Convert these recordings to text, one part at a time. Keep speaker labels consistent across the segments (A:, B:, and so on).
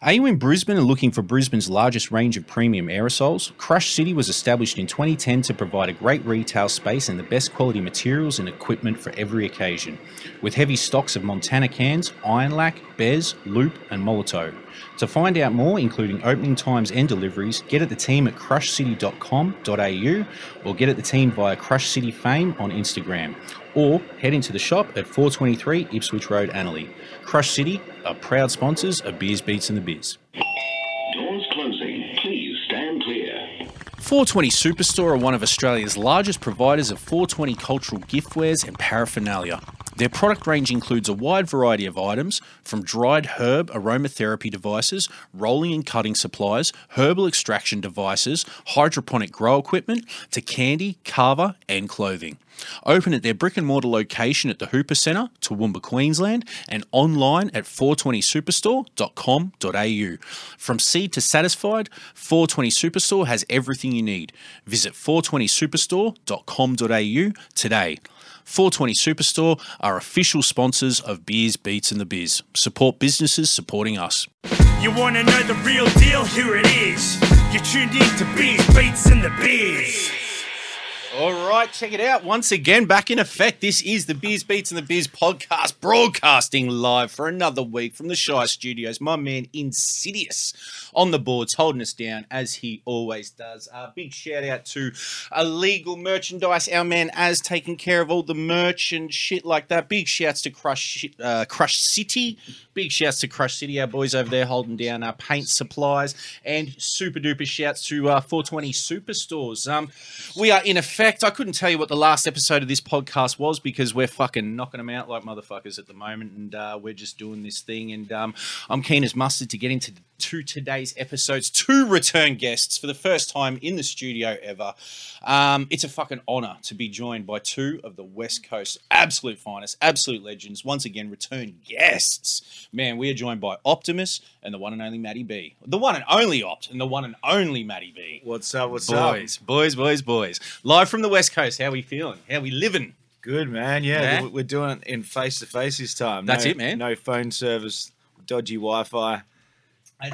A: Are you in Brisbane and looking for Brisbane's largest range of premium aerosols? Crush City was established in 2010 to provide a great retail space and the best quality materials and equipment for every occasion, with heavy stocks of Montana cans, iron lac, Bez, Loop, and Molotov. To find out more, including opening times and deliveries, get at the team at crushcity.com.au or get at the team via Crush City Fame on Instagram, or head into the shop at 423 Ipswich Road, Annerley. Crush City are proud sponsors of Beers, Beats, and the Biz.
B: Doors closing. Please stand clear.
A: 420 Superstore are one of Australia's largest providers of 420 cultural giftwares and paraphernalia. Their product range includes a wide variety of items from dried herb aromatherapy devices, rolling and cutting supplies, herbal extraction devices, hydroponic grow equipment, to candy, carver, and clothing. Open at their brick and mortar location at the Hooper Centre, Toowoomba, Queensland, and online at 420superstore.com.au. From seed to satisfied, 420 Superstore has everything you need. Visit 420superstore.com.au today. 420 Superstore are official sponsors of Beers, Beats, and the Biz. Support businesses supporting us.
C: You wanna know the real deal? Here it is. You tuned in to Bees, Beats, and the Beers.
A: All right, check it out. Once again, back in effect. This is the Beers, Beats, and the Biz podcast, broadcasting live for another week from the Shy Studios. My man Insidious on the boards, holding us down as he always does. Uh, big shout out to Illegal Merchandise, our man As taking care of all the merch and shit like that. Big shouts to Crush, uh, Crush City. Big shouts to Crush City, our boys over there holding down our paint supplies. And super duper shouts to uh, 420 Superstores. Um, we are in effect. I couldn't tell you what the last episode of this podcast was because we're fucking knocking them out like motherfuckers at the moment, and uh, we're just doing this thing. And um, I'm keen as mustard to get into to today's episodes. Two return guests for the first time in the studio ever. Um, it's a fucking honor to be joined by two of the West Coast absolute finest, absolute legends. Once again, return guests. Man, we are joined by Optimus and the one and only Matty B, the one and only Opt, and the one and only Matty B.
D: What's up? What's
A: Boys,
D: up?
A: boys, boys, boys. Live from the West Coast. How we feeling? How we living?
D: Good man. Yeah,
A: Yeah.
D: we're doing it in face to face this time.
A: That's
D: No-
A: it, man.
D: No phone service, dodgy Wi-Fi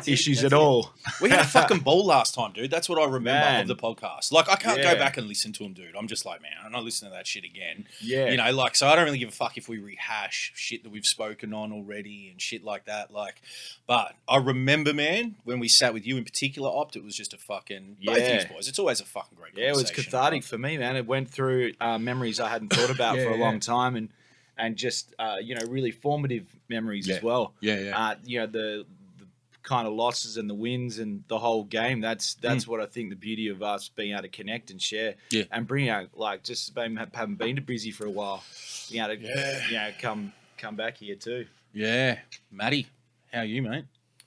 D: issues at all.
A: We had a fucking ball last time, dude. That's what I remember of
D: Man.
A: the podcast. Like, I can't
D: Yeah.
A: go back and listen to them, dude. I'm just like, man, I'm not listening to that shit again.
D: Yeah.
A: You know, like, so I don't really give a fuck if we rehash shit that we've spoken on already and shit like that. Like, but I remember, man, when we sat with you in particular, Opt, it was just a fucking, both
D: Yeah.
A: yous boys. It's always a fucking great
D: Yeah, it was
A: conversation.
D: cathartic for me, man. It went through uh, memories I hadn't thought about
A: Yeah,
D: for a
A: yeah.
D: long time, and and just uh, you know really formative memories
A: Yeah.
D: as well.
A: Yeah, yeah.
D: Uh, you know the, the kind of losses and the wins and the whole game.
A: Hmm.
D: That's that's what I think the beauty of us being able to connect and share.
A: Yeah.
D: And bring out like just being, having been to Brizzy for a while, you know, to,
A: Yeah.
D: you know come come back here too.
A: Yeah. Matty, how are you, mate?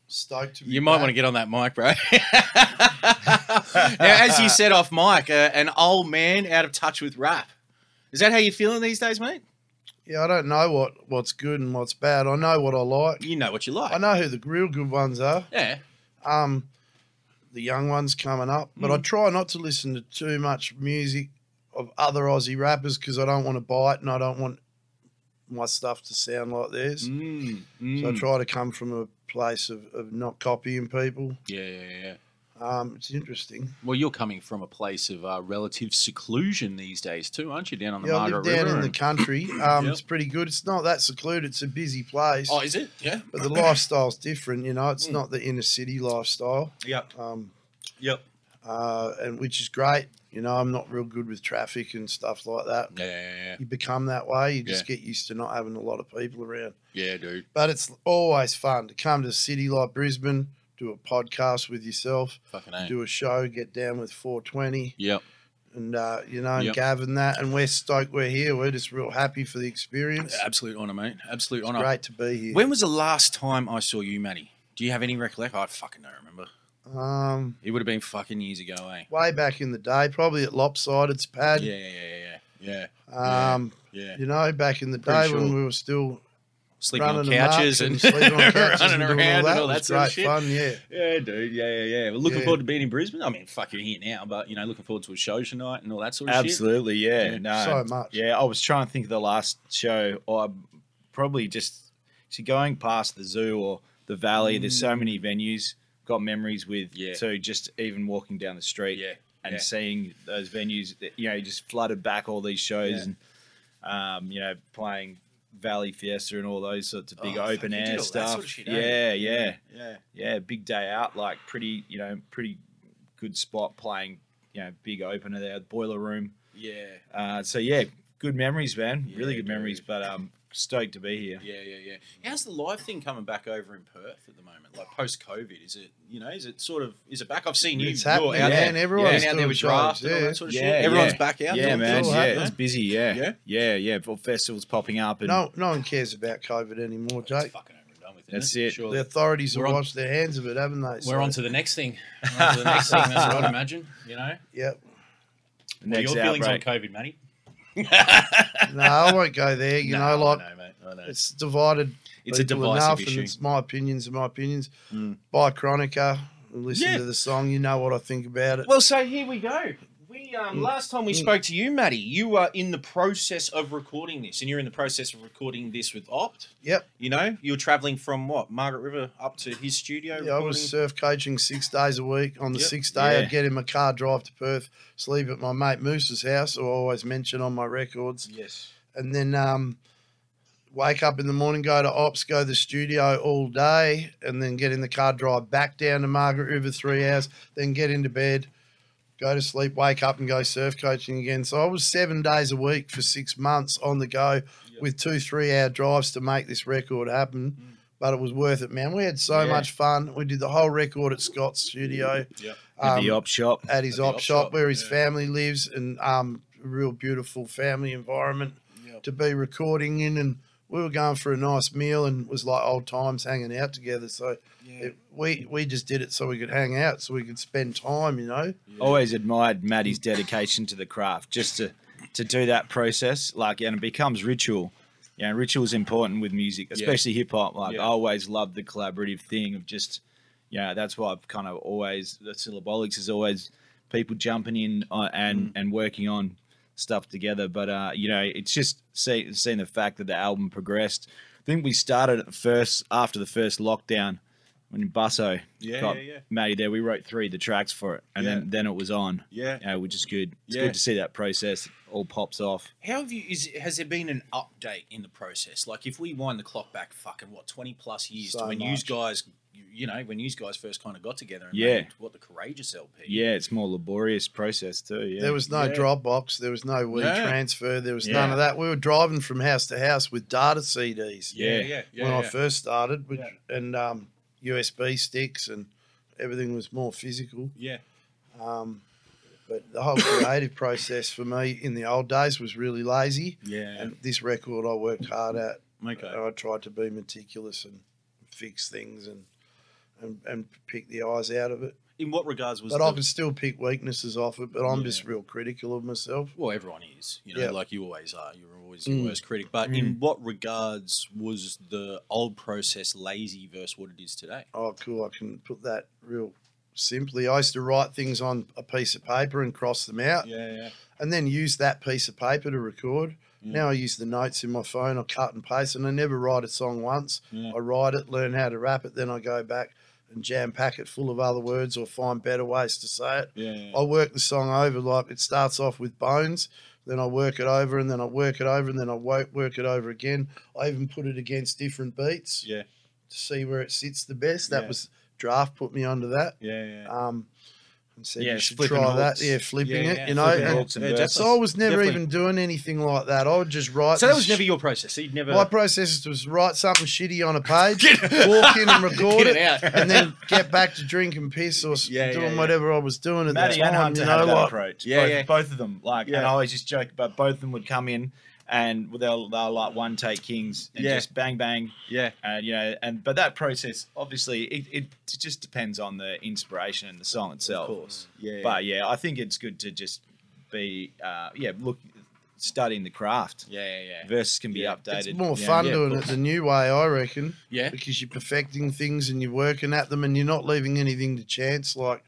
E: stoked to be
A: You might want to get on that mic, bro. now, as you said off mic, uh, an old man out of touch with rap. Is that how you're feeling these days, mate?
E: Yeah, I don't know what what's good and what's bad. I know what I like.
A: You know what you like.
E: I know who the real good ones are.
A: Yeah.
E: Um, the young ones coming up, but
A: Mm.
E: I try not to listen to too much music of other Aussie rappers because I don't want to bite and I don't want my stuff to sound like theirs.
A: Mm,
E: So I
A: mm.
E: try to come from a place of, of not copying people.
A: Yeah, yeah, yeah.
E: Um, it's interesting.
A: Well, you're coming from a place of uh, relative seclusion these days, too, aren't you? Down on the
E: yeah, I
A: Margaret
E: live down
A: River.
E: in the
A: and-
E: country. Um,
A: Yep.
E: It's pretty good. It's not that secluded. It's a busy place.
A: oh, is it? Yeah.
E: but the lifestyle's different. You know,
A: Hmm.
E: it's not the inner city lifestyle,
A: Yep.
E: um,
A: Yep.
E: uh, and which is great. You know, I'm not real good with traffic and stuff like that.
A: Yeah, yeah,
E: You become that way. You just get used to not having a lot of people around.
A: yeah. Yeah, dude.
E: But it's always fun to come to a city like Brisbane, do a podcast with yourself,
A: Fucking A.
E: do a show, get down with 420,
A: Yep.
E: and uh, you know, and
A: Yep.
E: Gavin that. And we're stoked we're here. We're just real happy for the experience.
A: Absolute honour, mate. Absolute
E: It's
A: honour.
E: great to be here.
A: When was the last time I saw you, Matty? Do you have any recollection? I fucking don't remember.
E: Um,
A: It would have been fucking years ago, eh?
E: way back in the day, probably at Lopsided's pad.
A: Yeah, yeah, yeah, yeah, Yeah.
E: Um,
A: yeah, yeah.
E: You know, back in the
A: Pretty
E: day when
A: sure.
E: we were still
A: Sleeping
E: running
A: on
E: the
A: couches
E: marks
A: and,
E: sleeping on couches
A: running
E: and
A: around
E: doing all that,
A: and all
E: It
A: that
E: was
A: sort of
E: great
A: shit.
E: fun. Yeah,
A: Yeah, dude. Yeah, yeah, yeah. We're looking
E: Yeah.
A: forward to being in Brisbane. I mean, fuck, you're here now, but you know, looking forward to a show tonight and all that sort of
D: Absolutely, yeah.
A: Yeah.
D: No,
E: so much.
D: yeah. I was trying to think of the last show, or probably just see, going past the zoo or the valley. There's so many venues. Got memories with
A: Yeah.
D: so just even walking down the street
A: Yeah,
D: and
A: yeah.
D: seeing those venues. You know, you just flooded back all these shows
A: Yeah.
D: and um, you know playing Valley Fiesta and all those sorts of big
A: Oh, fuck,
D: open
A: you
D: air
A: did all that
D: stuff.
A: sort of shit, eh?
D: yeah, yeah,
A: Yeah.
D: yeah. Big day out, like pretty you know pretty good spot playing. You know, big opener there, boiler room.
A: Yeah.
D: Uh, so yeah, good memories, man.
A: Yeah,
D: really good
A: dude.
D: memories. But um, stoked to be here.
A: Yeah, yeah, yeah. How's the live thing coming back over in Perth at the moment? Like post COVID, is it you know is it sort of is it back? I've seen you.
E: It's
A: you're
E: happening,
A: out
E: man.
A: there,
E: Everyone's
A: you're out there
E: doing
A: with drafts and all
E: shows,
A: that sort of
D: yeah.
A: shit.
D: Yeah,
A: Everyone's
D: yeah.
A: back out.
D: Yeah,
A: doing
D: man.
A: things.
E: cool,
D: Yeah,
E: happening.
D: it's busy. Yeah,
A: Yeah?
D: yeah, yeah, yeah. Well, festivals popping up, and
E: No, no one cares about COVID anymore,
A: It's
E: Jake.
A: fucking over and done with. isn't
D: that's
A: it.
D: it.
E: The authorities have
F: We're on-
E: washed their hands of it, haven't they?
F: We're on to the next thing. We're on to the next thing. That's what I'd imagine. You know,
E: Yeah.
F: Well,
D: Next
F: your feelings
D: outbreak.
F: on COVID, Matty.
E: No, I won't go there. You
A: Nah,
E: know, like
A: I know, mate. I know.
E: it's divided.
A: It's a
E: people
A: divisive
E: enough,
A: issue.
E: And it's my opinions and my opinions.
A: Mm.
E: Buy Chronica, listen
A: Yeah.
E: to the song. You know what I think about it.
G: Well, so here we go. We
E: Mm.
G: um, last time we spoke to you, Maddie, you were in the process of recording this, and you're in the process of recording this with Opt.
E: Yep.
G: You know, you're traveling from what Margaret River up to his studio.
E: Yeah, I was surf coaching six days a week. On the
G: Yep.
E: sixth day,
D: Yeah.
E: I'd get in my car, drive to Perth, sleep at my mate Moose's house, who I always mention on my records.
A: Yes.
E: and then um, wake up in the morning, go to ops, go to the studio all day, and then get in the car, drive back down to Margaret River three hours, then get into bed, go to sleep, wake up, and go surf coaching again. So I was seven days a week for six months on the go with two three hour drives to make this record happen. But it was worth it, man. We had so
D: Mm. Yeah.
E: much fun. We did the whole record at Scott's studio.
A: Yep.
D: At
E: Um,
D: the op shop.
E: at his
A: At the
E: op
A: op
E: shop,
A: shop,
E: where his
A: yeah.
E: family lives and um a real beautiful family environment
A: Yep.
E: to be recording in and we were going for a nice meal and it was like old times hanging out together so
A: Yeah.
E: it, we we just did it so we could hang out so we could spend time you know
D: Always admired Maddie's dedication to the craft, just to to do that process, like, and it becomes ritual. Yeah, and ritual's important with music, especially hip hop. Like,
A: Yeah.
D: I always loved the collaborative thing of just, yeah, that's why I've kind of always the syllabolics is always people jumping in on,
A: Mm.
D: and and working on stuff together. But uh, you know, it's just see, seeing the fact that the album progressed. I think we started at the first after the first lockdown when Busso
A: Yeah,
D: got
A: yeah, yeah.
D: Matty there. We wrote three of the tracks for it, and
A: Yeah.
D: then then it was on.
A: Yeah.
D: you know, which is good. It's
A: Yeah.
D: good to see that process all pops off.
G: How have you? Is has there been an update in the process? Like, if we wind the clock back, fucking what twenty plus years
E: So
G: to when you
E: much.
G: guys, you know, when you guys first kind of got together and
D: Yeah.
G: made what the courageous LP.
D: Yeah, it's more laborious process too. Yeah,
E: there was no
A: Yeah.
E: dropbox there was no we
A: No.
E: transfer there was
D: Yeah.
E: none of that we were driving from house to house with data cds
A: Yeah,
D: Yeah.
A: yeah, yeah.
E: when i
A: yeah.
E: first started which, and um usb sticks and everything was more physical
A: Yeah.
E: Um, but the whole creative process for me in the old days was really lazy.
A: Yeah.
E: And this record I worked hard at.
A: Okay.
E: And I tried to be meticulous and fix things and and, and pick the eyes out of it.
A: In what regards was
E: But
A: the,
E: I can still pick weaknesses off it, but I'm
A: Yeah.
E: just real critical of myself.
G: Well, everyone is, you know,
E: Yeah.
G: like you always are. You're always your
E: Mm.
G: worst critic. But in what regards was the old process lazy versus what it is today?
E: Oh, cool. I can put that real simply. I used to write things on a piece of paper and cross them out.
A: Yeah, yeah.
E: and then use that piece of paper to record.
A: Yeah.
E: Now I use the notes in my phone, I cut and paste, and I never write a song once.
A: Yeah.
E: I write it, learn how to rap it, then I go back and jam pack it full of other words or find better ways to say it.
A: Yeah, yeah.
E: I work the song over, like it starts off with bones, then I work it over, and then I work it over, and then I wo- work it over again. I even put it against different beats
A: Yeah.
E: to see where it sits the best. That
A: Yeah.
E: was draft put me onto that.
A: Yeah, yeah.
E: Um, and said,
D: Yeah,
E: you should
D: flipping
E: try that.
D: hooks.
E: Yeah, flipping
A: Yeah,
E: it,
A: yeah,
E: you know.
D: flipping
E: and-
D: hooks and
A: Yeah,
D: verses.
E: so I was never
A: Definitely.
E: even doing anything like that. I would just write.
G: So that
E: this
G: was
E: sh-
G: never your process. So you'd never.
E: My process was to write something shitty on a page, walk in and record
F: Get
E: it,
F: it out.
E: and then get back to drink and piss or s-
A: Yeah, yeah,
E: doing
A: yeah.
E: whatever I was doing at
D: Maddie
E: the
D: and
E: time.
D: Hunter
E: You
D: had
E: know,
D: that
E: like,
D: approach.
A: Yeah,
D: both,
A: yeah.
D: both of them. Like, and
A: Yeah.
D: I always just joke, but both of them would come in and they'll they'll like one take kings and
A: Yeah.
D: just bang bang.
A: Yeah.
D: and you know, and but that process obviously it, it just depends on the inspiration and the song itself.
A: course. Yeah.
D: But yeah, I think it's good to just be uh, yeah, look, studying the craft.
A: yeah, yeah, yeah.
D: Verses can be
A: Yeah.
D: updated.
E: it's more
D: Yeah.
E: fun
A: yeah, of
E: doing it
A: course.
E: the new way, I reckon,
F: Yeah.
E: because you're perfecting things and you're working at them, and you're not leaving anything to chance. Like,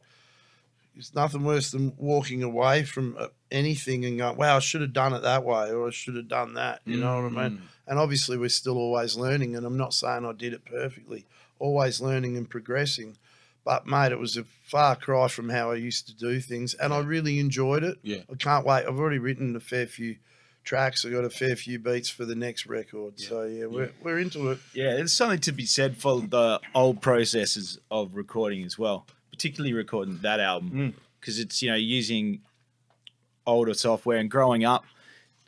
E: it's nothing worse than walking away from uh, anything and going, "Wow, I should have done it that way," or "I should have done that." You know what I mean? And obviously, we're still always learning. And I'm not saying I did it perfectly, always learning and progressing. But, mate, it was a far cry from how I used to do things. And I really enjoyed it.
A: Yeah.
E: I can't wait. I've already written a fair few tracks. I got a fair few beats for the next record. So, yeah, we're, we're into it.
D: Yeah, there's something to be said for the old processes of recording as well, particularly recording that
A: Mm.
D: album because it's you know using older software and growing up.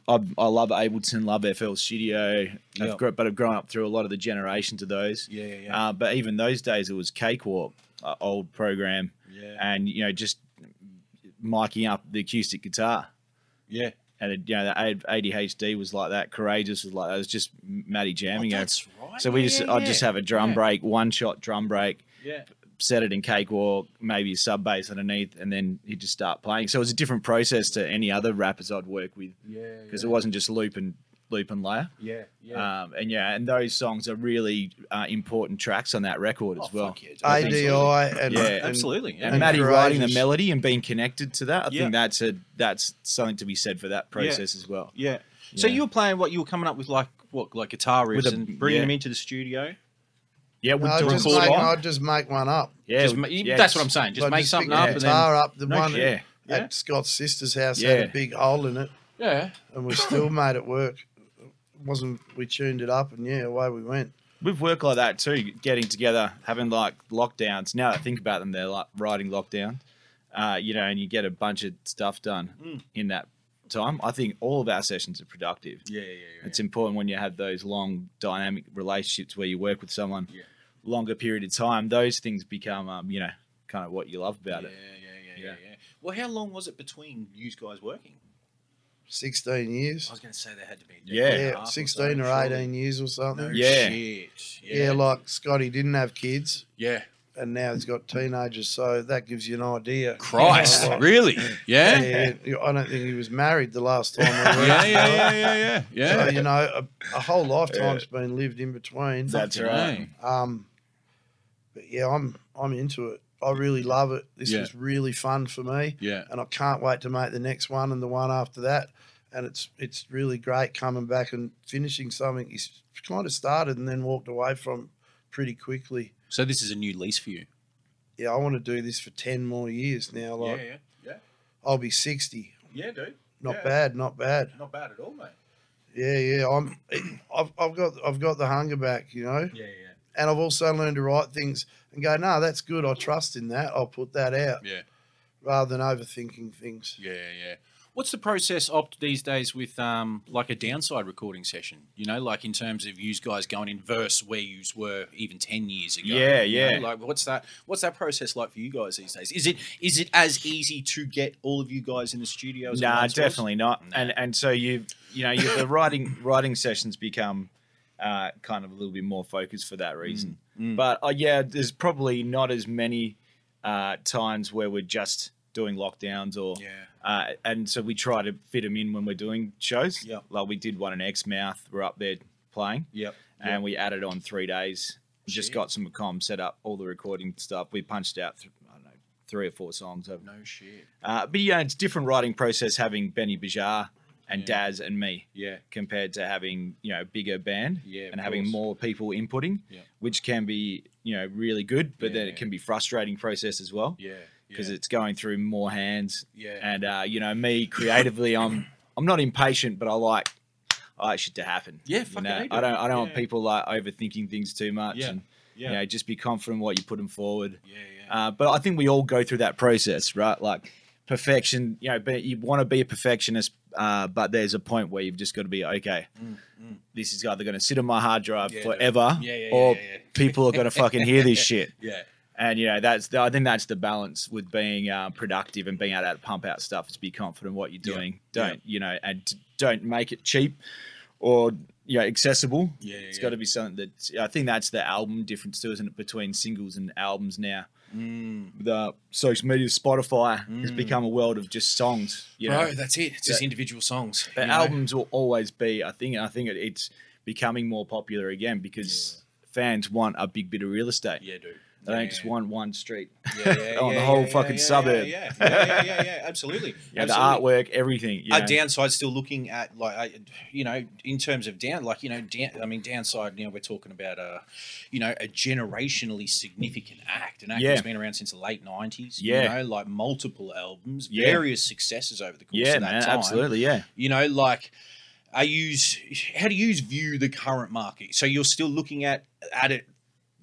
D: I, I love Ableton, love FL Studio,
A: Yeah.
D: I've gr- but I've grown up through a lot of the generations of those.
A: Yeah, yeah, yeah.
D: Uh, but even those days, it was Cakewalk, uh, old program,
A: Yeah.
D: and you know just miking up the acoustic guitar
A: yeah.
D: and it, you know the ADHD was like that. Courageous was like that. It was just Matty jamming.
A: Oh,
D: it.
A: that's right.
D: So we
A: Yeah,
D: just,
A: yeah,
D: I'd just
A: yeah.
D: have a drum
A: Yeah.
D: break, one shot drum break,
A: Yeah.
D: set it in cakewalk, maybe a sub bass underneath, and then he'd just start playing. So it was a different process to any other rappers I'd work with
A: Yeah.
D: because it wasn't just loop and loop and layer.
A: Yeah. Yeah.
D: Um, and yeah, and those songs are really uh, important tracks on that record
A: Oh,
D: as well.
A: fuck yeah, dude.
E: ADI and,
D: Yeah,
E: and-
A: Absolutely.
D: And,
E: And
D: Matty writing the
E: courageous.
D: melody and being connected to that, I
A: Yeah.
D: think that's a that's something to be said for that process as well.
A: Yeah. So
D: Yeah.
A: you were playing what you were coming up with, like what, like guitar riffs
D: With a-
A: and bringing
D: yeah.
A: them into the studio.
D: Yeah, we
E: No, I'd
D: do
E: just,
D: record
E: make,
D: live.
E: I'd just make one up.
D: Yeah,
F: Just
D: we-
F: ma- you-
D: yeah,
F: that's what I'm
D: it's-
F: saying. Just
E: I'd
F: make something
E: pick the
F: up and then.
E: guitar up. The
A: No
E: one
A: shit.
D: Yeah,
A: Yeah.
E: at Scott's sister's house
D: Yeah.
E: had a big hole in it,
F: Yeah.
E: and we still made it work. It wasn't we tuned it up, and yeah, away we went.
D: we've worked like that too. Getting together, having like lockdowns. Now that I think about them, they're like riding lockdown. Uh, you know, and you get a bunch of stuff done
F: Mm.
D: in that time. I think all of our sessions are productive.
A: Yeah, yeah, yeah.
D: It's important when you have those long dynamic relationships where you work with someone
A: Yeah.
D: longer period of time. Those things become, um, you know, kind of what you love about
A: yeah,
D: it.
A: yeah, yeah, yeah,
D: Yeah.
A: yeah. Well, how long was it between you guys working?
E: Sixteen
A: I
E: years,
A: was going to say there had to be. a
D: Yeah.
A: decade and a half
E: yeah,
A: or
E: sixteen
A: so,
E: or
A: surely.
E: eighteen years or something.
A: No
D: Yeah.
A: shit.
E: yeah.
A: Yeah.
E: like Scotty didn't have kids,
A: Yeah.
E: and now he's got teenagers, so that gives you an idea.
G: Christ,
E: Yeah.
G: really? Yeah.
E: Yeah, I don't think he was married the last time. I worked
G: Yeah, yeah,
E: with
G: yeah,
E: him.
G: yeah, yeah.
E: So,
G: yeah.
E: you know, a, a whole lifetime's been lived in between.
D: That's
G: Fucking
D: right.
G: A.
E: Um, but yeah, I'm I'm into it. I really love it. This
G: Yeah.
E: was really fun for me,
G: Yeah.
E: and I can't wait to make the next one and the one after that. And it's it's really great coming back and finishing something you s- kind of started and then walked away from pretty quickly.
A: So this is a new lease for you.
E: Yeah, I want to do this for ten more years now. Like
A: yeah, yeah,
E: I'll be sixty.
A: yeah, dude.
E: Not
A: Yeah.
E: bad, not bad.
A: Not bad at all, mate.
E: Yeah, yeah. I'm I've, I've got I've got the hunger back. You know.
A: Yeah, yeah,
E: and I've also learned to write things and go, no, that's good. I trust in that. I'll put that out.
A: Yeah.
E: Rather than overthinking things.
A: yeah, yeah. What's the process opt these days with um like a downside recording session? You know, like in terms of you guys going in verse where you were even ten years ago.
D: Yeah,
A: you know?
D: yeah.
A: Like what's that? What's that process like for you guys these days? Is it is it as easy to get all of you guys in the studio? As it
D: Nah,
A: once was?
D: definitely not. And and so you you know you, the writing writing sessions become uh, kind of a little bit more focused for that reason.
A: Mm,
D: But uh, yeah, there's probably not as many uh, times where we're just doing lockdowns or
A: Yeah.
D: uh, and so we try to fit them in when we're doing shows.
A: Yeah.
D: like we did one in Exmouth. We're up there playing,
A: Yep.
D: and we added on three days. Just
A: Shit.
D: got some comms set up, all the recording stuff. We punched out, th- I don't know, three or four songs over
A: No shit.
D: uh, but yeah, it's different writing process having Benny Bajar and
A: Yeah.
D: Daz and me
A: Yeah.
D: compared to having you know bigger band
A: Yeah, of
D: and having
A: course.
D: more people inputting,
A: Yeah.
D: which can be you know really good, but then
A: Yeah.
D: it can be frustrating process as well
A: Yeah.
D: because it's going through more hands.
A: Yeah.
D: And uh, you know me creatively, I'm I'm not impatient, but I like I like shit to happen.
A: Yeah,
D: you
A: fucking
D: know?
A: A, dude.
D: I don't I don't want
A: Yeah.
D: people like overthinking things too much
A: Yeah.
D: and
A: Yeah.
D: you know just be confident what you put them forward.
A: yeah, yeah.
D: Uh, but I think we all go through that process, right? Like perfection, you know, but you want to be a perfectionist, uh, but there's a point where you've just got to be okay. This is either going to sit on my hard drive
A: Mm, Yeah,
D: forever,
A: yeah, yeah,
D: or
A: yeah, yeah.
D: people are going to fucking hear this shit.
A: yeah.
D: And you know, that's the, I think that's the balance with being uh, productive and being able to pump out stuff. Is be confident in what you're
A: Yeah,
D: doing.
A: yeah.
D: Don't you know, and d- don't make it cheap or you know accessible.
A: Yeah, yeah,
D: it's
A: yeah.
D: got to be something that I think that's the album difference too, isn't it? Between singles and albums now, the social media, Spotify
A: Mm.
D: has become a world of just songs. You know,
F: Bro, that's it. It's just individual songs.
D: but
F: you know?
D: albums will always be, I think, I think it, it's becoming more popular again because fans want a big bit of real estate.
A: Yeah, dude.
D: They don't just want one street.
A: Yeah, yeah,
D: on the
A: yeah,
D: whole
A: yeah,
D: fucking
A: yeah,
D: suburb.
A: Yeah, yeah, yeah, yeah, yeah, yeah, absolutely.
D: Yeah, the
A: absolutely.
D: artwork, everything. You
A: Our
D: know.
A: downside still looking at like I- you know in terms of down like you know down, I mean downside now we're talking about a you know a generationally significant act an act
D: Yeah.
A: that's been around since the late nineties
D: Yeah.
A: you know like multiple albums
D: Yeah.
A: various successes over the course
D: yeah,
A: of that
D: man,
A: time
D: absolutely, yeah.
A: you know like I use how do you view the current market so you're still looking at at it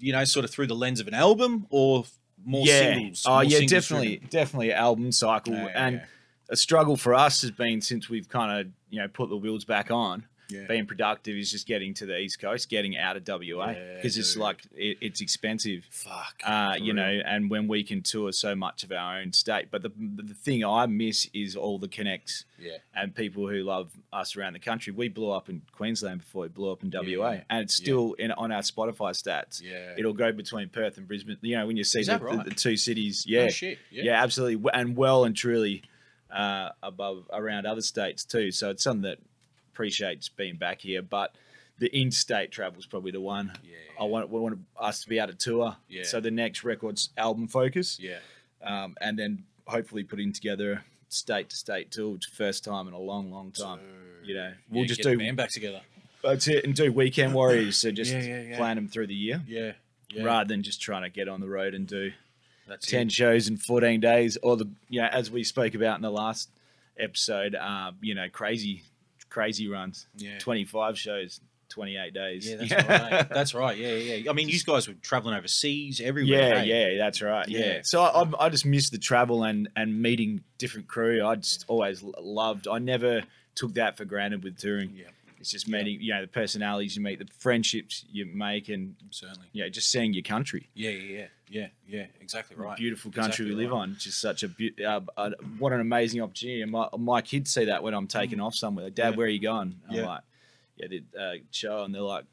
A: you know sort of through the lens of an album or more
D: yeah.
A: singles
D: Oh,
A: more
D: yeah,
A: singles
D: definitely,
A: driven?
D: definitely album cycle.
A: Yeah, yeah,
D: and
A: yeah.
D: a struggle for us has been since we've kind of you know put the wheels back on.
A: Yeah.
D: Being productive is just getting to the east coast, getting out of WA
A: Yeah,
D: because it's
A: dude.
D: like it, it's expensive.
A: fuck
D: Uh, you
A: for
D: know, and when we can tour so much of our own state, but the the thing I miss is all the connects
A: yeah
D: and people who love us around the country. We blew up in Queensland before we blew up in WA,
A: yeah.
D: and it's still in on our Spotify stats.
A: yeah
D: It'll go between Perth and Brisbane. You know, when you see
A: Is
D: the,
A: that
D: the-
A: right?
D: the two cities,
A: Oh,
D: yeah,
A: shit
D: yeah. absolutely, W- and well and truly uh, above around other states too. So it's something that appreciates being back here, but the in-state travel is probably the one.
A: Yeah.
D: I want we want us to be able to tour.
A: Yeah.
D: So the next record's album focus,
A: Yeah.
D: um, and then hopefully putting together state to state tour, which is the first time in a long, long time. you know, we'll just
A: get the
D: do
A: band back together.
D: that's it, and do weekend warriors. So just
A: Yeah,
D: plan
A: yeah, yeah.
D: them through the year.
A: Yeah. Yeah.
D: Rather than just trying to get on the road and do
A: That's
D: ten
A: it.
D: shows in fourteen days, or the you know, as we spoke about in the last episode, uh, you know, crazy, crazy runs,
A: Yeah.
D: twenty five shows, twenty eight days,
A: Yeah, that's right. mate. That's right. Yeah, yeah. yeah. I mean, you guys were traveling overseas everywhere.
D: Yeah,
A: hey?
D: yeah, that's right. Yeah.
A: Yeah.
D: So I, I'm- I just miss the travel and and meeting different crew. I just always l- loved. I never took that for granted with touring.
A: Yeah.
D: It's just meeting, you know, the personalities you meet, the friendships you make, and
A: Certainly.
D: you know, just seeing your country.
A: Yeah, yeah, yeah, yeah, yeah. Exactly right.
D: Beautiful country
A: Exactly
D: we live
A: right.
D: on. Just such a, be- uh, uh, what an amazing opportunity. And my, my kids see that when I'm taking off somewhere. Dad,
A: Mm. Yeah.
D: where are you going? I'm
A: Yeah.
D: like, yeah, the uh, show, and they're like,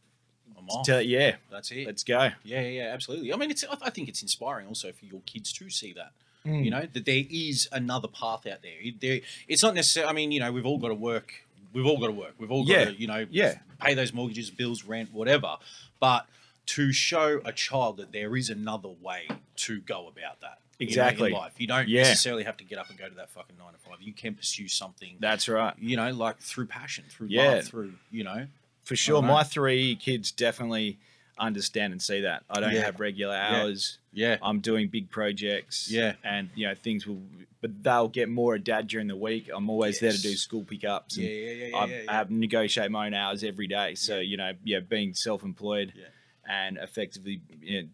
A: I'm off.
D: tell, yeah,
A: That's it.
D: let's go.
A: Yeah, yeah, yeah, absolutely. I mean, it's. I- I think it's inspiring also for your kids to see that.
D: Mm.
A: You know that there is another path out there. It- there- it's not necessarily. I mean, you know, we've all got to work. We've all got to work. We've all got
D: Yeah,
A: to, you know,
D: yeah.
A: pay those mortgages, bills, rent, whatever. But to show a child that there is another way to go about that. you know, in
D: Exactly.
A: life, you don't
D: Yeah.
A: necessarily have to get up and go to that fucking nine to five. You can pursue something.
D: That's right.
A: you know, like through passion, through
D: Yeah.
A: love, through you know,
D: for sure.
A: know.
D: My three kids definitely understand and see that. I don't
A: Yeah.
D: have regular hours.
A: yeah,
D: I'm doing big projects.
A: Yeah.
D: And, you know, things will, but they'll get more a dad during the week. I'm always there to do
A: Yes.
D: school pickups.
A: yeah,
D: And
A: yeah, yeah, yeah,
D: I,
A: yeah,
D: I
A: yeah.
D: have negotiate my own hours every day. So, you know, yeah, being self employed
A: Yeah.
D: and effectively, you know,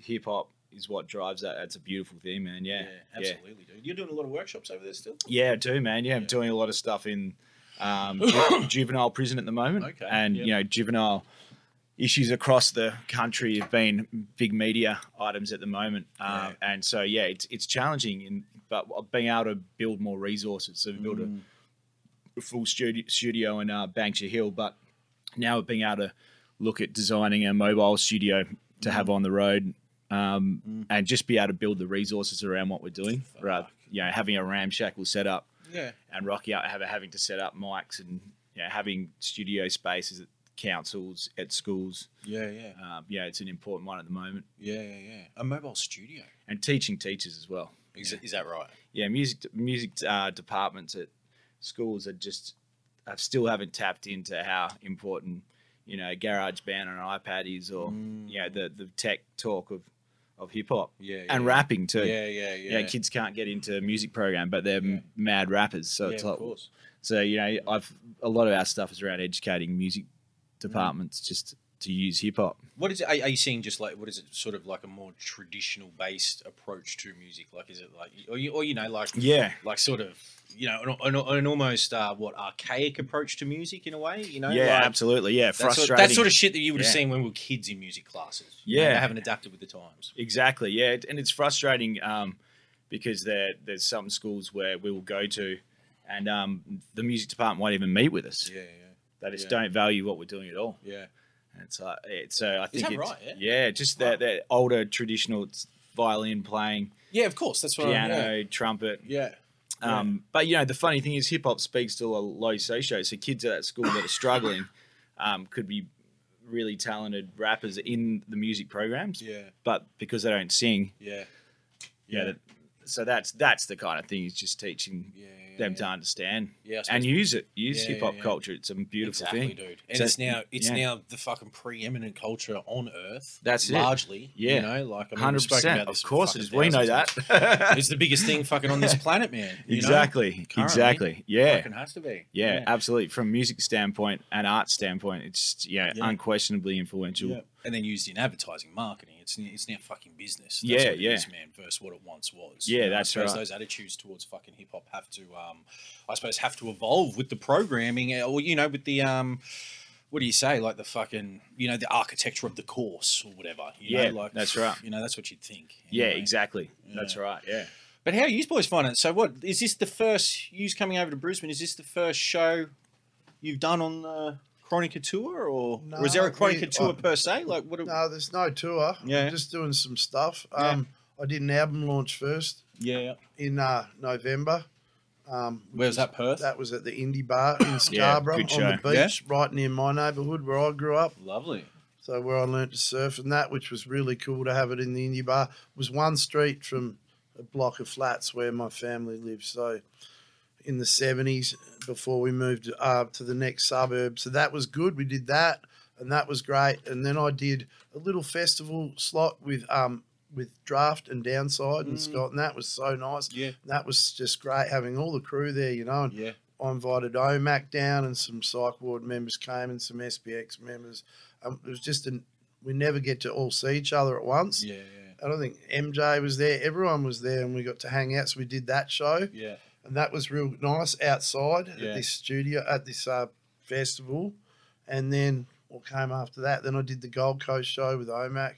D: hip hop is what drives that. That's a beautiful thing, man. Yeah.
A: Yeah, absolutely, dude. You're doing a lot of workshops over there still.
D: Yeah, I do, man. Yeah, I'm
A: Yeah.
D: doing a lot of stuff in um, ju- juvenile prison at the moment,
A: Okay,
D: and
A: yeah.
D: you know, juvenile issues across the country have been big media items at the moment, uh, and so yeah, it's it's challenging, in, but being able to build more resources, so we build a full studio studio in uh, Banksia Hill, but now being able to look at designing a mobile studio to have on the road um, and just be able to build the resources around what we're doing rather you know having a ramshackle setup
A: Yeah.
D: and rocky out have, having to set up mics and you know, having studio spaces at councils at schools
A: Yeah, yeah,
D: um, yeah it's an important one at the moment
A: yeah, yeah, yeah. A mobile studio.
D: and teaching teachers as well
A: Is, is that right?
D: yeah music music uh, departments at schools are just I still haven't tapped into how important you know garage band on an ipad is or
A: Mm.
D: you know the the tech talk of of hip-hop
A: Yeah,
D: and
A: yeah.
D: rapping too
A: Yeah, yeah, yeah.
D: yeah. kids can't get into a music program, but they're m mad rappers. So
A: Yeah,
D: it's
A: of
D: like,
A: course.
D: so you know, I've a lot of our stuff is around educating music
A: Mm.
D: departments just to use hip hop.
A: What is it? Are, are you seeing just like what is it? Sort of like a more traditional based approach to music. Like, is it like, or you, or you know, like,
D: Yeah.
A: like sort of, you know, an, an, an almost uh, what archaic approach to music in a way. You know,
D: Yeah,
A: like,
D: absolutely. Yeah,
A: That
D: frustrating.
A: sort, that sort of shit that you would have
D: Yeah.
A: seen when we were kids in music classes. You know,
D: Yeah.
A: they haven't adapted with the times.
D: Exactly. Yeah, It- and it's frustrating um, because there there's some schools where we will go to, and um, the music department won't even meet with us.
A: Yeah, yeah,
D: They just
A: yeah.
D: don't value what we're doing at all.
A: yeah.
D: And it's like it, so I think
A: that
D: it's,
A: right? Yeah.
D: just that that older traditional it's violin playing,
A: Yeah, of course. That's what
D: piano, trumpet.
A: Yeah. yeah.
D: Um, But you know, the funny thing is, hip hop speaks to a low socio. So kids at that school that are struggling um, could be really talented rappers in the music programs,
A: Yeah.
D: but because they don't sing,
A: Yeah.
D: yeah. that, so that's that's the kind of thing is just teaching
A: Yeah. yeah,
D: them
A: yeah.
D: to understand
A: Yeah, I suppose-
D: and use it, use
A: Yeah,
D: hip hop
A: yeah, yeah.
D: culture. It's a beautiful
A: exactly,
D: thing.
A: dude. And
D: So-
A: it's now it's
D: yeah.
A: now the fucking preeminent culture on earth.
D: That's it.
A: largely.
D: Yeah.
A: you know, like I mean, we've
D: Hundred
A: spoken
D: percent.
A: about this
D: Of course,
A: fucking
D: it is. We know
A: thousands of
D: that.
A: times. it's the biggest thing fucking on this planet, man. you know?
D: exactly.
A: Currently,
D: Exactly. Yeah.
A: Fucking has to be.
D: Yeah, absolutely. From a music standpoint and art standpoint, it's yeah,
A: Yeah.
D: unquestionably influential.
A: Yeah. And then used in advertising, marketing. It's it's now fucking business. That's
D: Yeah,
A: what it
D: yeah.
A: is, man. Versus what it once was.
D: Yeah,
A: You know,
D: that's
A: I suppose
D: right.
A: Those attitudes towards fucking hip hop have to, um, I suppose, have to evolve with the programming, eh, or you know, with the um. What do you say? Like the fucking, you know, the architecture of the course or whatever. You
D: Yeah,
A: know, like
D: that's right.
A: You know, that's what you'd think.
D: Yeah,
A: anyway.
D: exactly. That's right. Yeah.
A: But how are you boys finding it? So, what is this the first yous coming over to Brisbane? Is this the first show you've done on the Chronica tour, or, or is there a
E: No,
A: Chronica
E: we-
A: tour
E: uh,
A: per se? Like, what? A,
E: No, there's no tour.
A: Yeah.
E: just doing some stuff. Um, I did an album launch first
A: yeah,
E: in uh, November. Um, which
A: where's that? Perth.
E: That was at the Indie Bar in Scarborough
D: good
E: on the
D: show.
A: Yeah.
E: beach, right near my neighbourhood where I grew up.
A: Lovely.
E: So where I learnt to surf and that, which was really cool to have it in the Indie Bar, was one street from a block of flats where my family lived. So in the seventies, before we moved uh, to the next suburb, so that was good. We did that, and that was great. And then I did a little festival slot with um with Draft and Downside and Scott, and that was so nice.
A: Yeah.
E: that was just great having all the crew there. You know, and
A: Yeah.
E: I invited OMAC down and some psych ward members came and some SPX members. Um, it was just an we never get to all see each other at once.
A: Yeah.
E: I don't think MJ was there. Everyone was there, and we got to hang out. So we did that show,
A: Yeah.
E: and that was real nice outside
A: Yeah.
E: at this studio at this uh, festival. And then what came after that? Then I did the Gold Coast show with OMAC,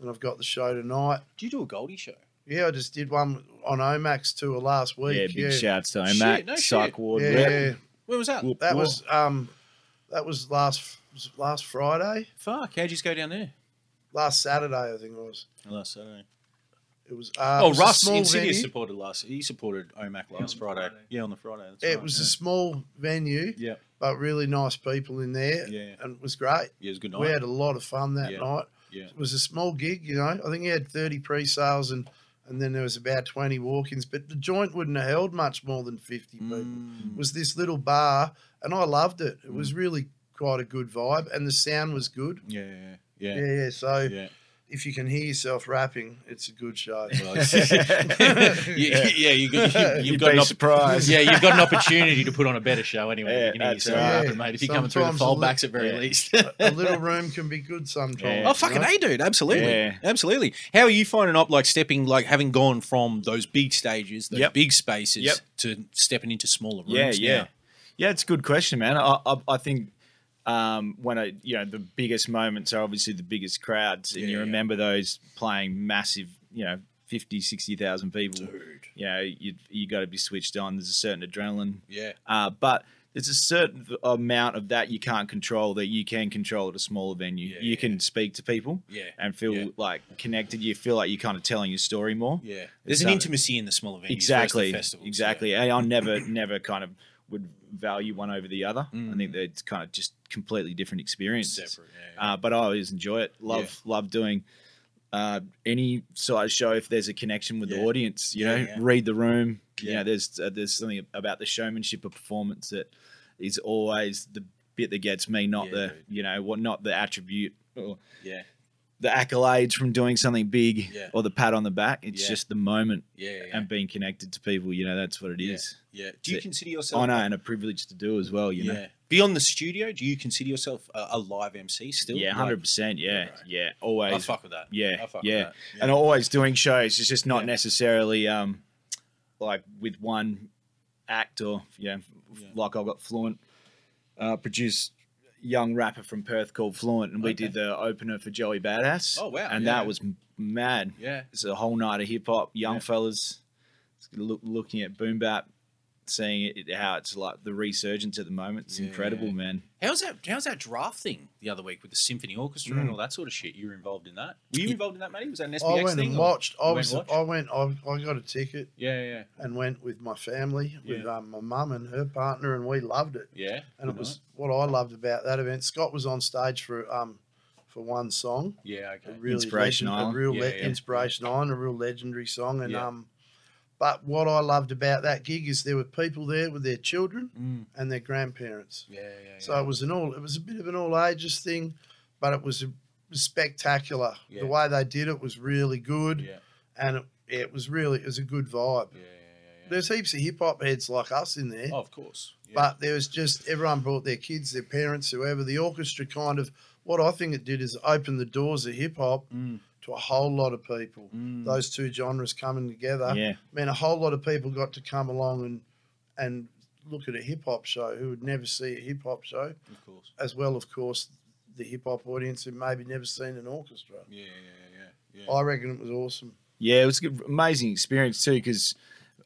E: and I've got the show tonight.
A: Do you do a Goldie show?
E: Yeah, I just did one on OMAC's tour last week.
D: yeah, big shouts to
A: Shit,
D: Matt,
A: no
D: Psych
A: shit.
D: Ward.
E: yeah,
D: Rep.
E: yeah.
A: Where was that?
D: Whoop,
E: That
D: whoop.
E: was um, that was last was last Friday,
A: Fuck. How'd you go down there?
E: last Saturday I think it was.
A: Last Saturday.
E: It was. Uh,
A: Oh,
E: it was a
A: Russ
E: small
A: Insidious
E: venue.
A: supported last. He supported OMAC last Friday. Yeah, on the Friday. That's
E: It
A: right,
E: was
A: yeah.
E: a small venue,
A: Yeah.
E: but really nice people in there,
A: Yeah.
E: and it was great.
A: Yeah, it was a good night.
E: We had a lot of fun that
A: Yeah.
E: night.
A: Yeah.
E: It was a small gig, you know. I think he had thirty pre-sales and. And then there was about twenty walk-ins, but the joint wouldn't have held much more than fifty people.
A: Mm.
E: It was this little bar, and I loved it. It was really quite a good vibe, and the sound was good.
A: Yeah. Yeah.
E: Yeah,
A: Yeah.
E: yeah. So
A: yeah.
E: if you can hear yourself rapping, it's a good show.
A: Well, yeah, yeah, you, you, you've
D: You'd
A: got
D: be
A: an op-
D: surprised.
A: yeah, you've got an opportunity to put on a better show anyway.
D: Yeah,
A: you can hear
D: that's
A: yourself
E: right.
A: rapping, mate. If you're coming through the
E: Sometimes a li-
A: fallbacks at very
D: yeah.
A: least.
E: a little room can be good sometimes.
D: Yeah.
A: Oh fucking
E: right?
A: a dude, absolutely,
D: Yeah.
A: absolutely. How are you finding up like stepping, like having gone from those big stages, those
D: Yep.
A: big spaces,
D: Yep.
A: to stepping into smaller rooms?
D: yeah, yeah,
A: now?
D: yeah. It's a good question, man. I, I, I think um, when I, you know, the biggest moments are obviously the biggest crowds, and
A: Yeah,
D: you
A: yeah.
D: remember those playing massive, you know, 50, 60,000 people.
A: dude.
D: You know, you you got to be switched on. There's a certain adrenaline.
A: Yeah,
D: Uh, but there's a certain v- amount of that you can't control that you can control at a smaller venue.
A: Yeah,
D: you
A: yeah.
D: can speak to people
A: Yeah,
D: and feel
A: yeah.
D: like connected. You feel like you're kind of telling your story more.
A: yeah. There's an
D: done it.
A: intimacy in the smaller venues. versus the
D: Exactly.
A: festivals, yeah.
D: Exactly. And I never, never kind of would value one over the other. I think that it's kind of just completely different experience.
A: Mm. Separate, yeah, yeah.
D: Uh, but I always enjoy it. Love, love doing uh, any size show if there's a connection with
A: Yeah.
D: the audience. You
A: Yeah,
D: know,
A: yeah.
D: read the room.
A: Yeah.
D: You know, there's uh, there's something about the showmanship of performance that is always the bit that gets me, not
A: Yeah,
D: the
A: dude.
D: you know what, not the attribute or
A: Yeah,
D: the accolades from doing something big
A: Yeah.
D: or the pat on the back. It's
A: Yeah.
D: just the moment
A: yeah, yeah.
D: and being connected to people. You know, that's what it
A: Yeah.
D: is.
A: yeah. Do you
D: It's a
A: consider yourself?
D: Honor and a privilege to do as well. You
A: yeah.
D: know.
A: Beyond the studio, do you consider yourself a, a live MC still?
D: Yeah,
A: Like,
D: hundred percent.
A: right.
D: Yeah, yeah. Always.
A: I fuck with that.
D: yeah,
A: I fuck
D: yeah.
A: With that. yeah.
D: And always doing shows. It's just not
A: Yeah.
D: necessarily um, like with one act or yeah, like I got Fluent uh, produced young rapper from Perth called Fluent, and we
A: Okay.
D: did the opener for Joey Badass.
A: Oh, wow,
D: And
A: yeah.
D: that was m- mad.
A: Yeah.
D: it's a whole night of hip hop, young
A: Yeah.
D: fellas look, looking at boom bap, seeing it, how it's like the resurgence at the moment. It's
A: Yeah.
D: incredible, man.
A: How's that? How's that draft thing the other week with the symphony orchestra and all that sort of shit? You were involved in that. Were you involved in that, Matty? Was that an SBX
E: I went
A: thing?
E: and
A: or-
E: watched. I
A: You went
E: was.
A: and watched?
E: I went. I, I got a ticket
A: Yeah, yeah,
E: and went with my family, with
A: Yeah.
E: um, my mum and her partner, and we loved it.
A: yeah.
E: And it was what I loved about that event. Scott was on stage for um, for one song.
A: Yeah,
E: A
A: okay.
E: really
D: Inspiration
E: legend-
D: Island.
E: a real
A: Yeah,
E: le-
A: yeah.
E: inspiration on, a real legendary song. And
A: Yeah.
E: um, but what I loved about that gig is there were people there with their children
A: Mm.
E: and their grandparents.
A: Yeah, yeah, yeah.
E: So it was an all. It was a bit of an all ages thing, but it was, a, was spectacular.
A: Yeah.
E: The way they did it was really good,
A: yeah,
E: and it, it was really it was a good vibe.
A: yeah, yeah, yeah,
E: There's heaps of hip hop heads like us in there,
A: yeah. Oh, of course. Yeah.
E: but there was just everyone brought their kids, their parents, whoever. The orchestra kind of what I think it did is open the doors of hip hop
A: Mm.
E: to a whole lot of people.
A: Mm.
E: Those two genres coming together.
D: Yeah.
E: I mean, a whole lot of people got to come along and and look at a hip hop show who would never see a hip hop show
A: of course.
E: as well, of course, the hip hop audience who maybe never seen an orchestra.
A: Yeah, yeah, yeah, yeah.
E: I reckon it was awesome.
D: Yeah, it was a good, amazing experience too because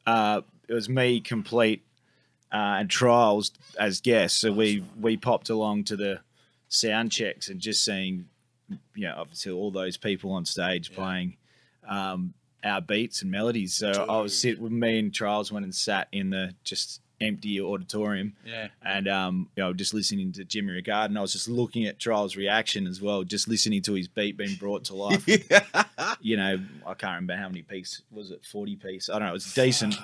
D: uh, it was me complete uh, and trials as guests. So we we popped along to the sound checks and just seeing, you know, obviously all those people on stage playing um, our beats and melodies. So I was sit with me and trials went and sat in the just empty auditorium
A: Yeah.
D: and um, you know, just listening to Jimmy Regard, and I was just looking at Trial's reaction as well, just listening to his beat being brought to life. you know, I can't remember how many piece was it, forty piece. I don't know. It was decent.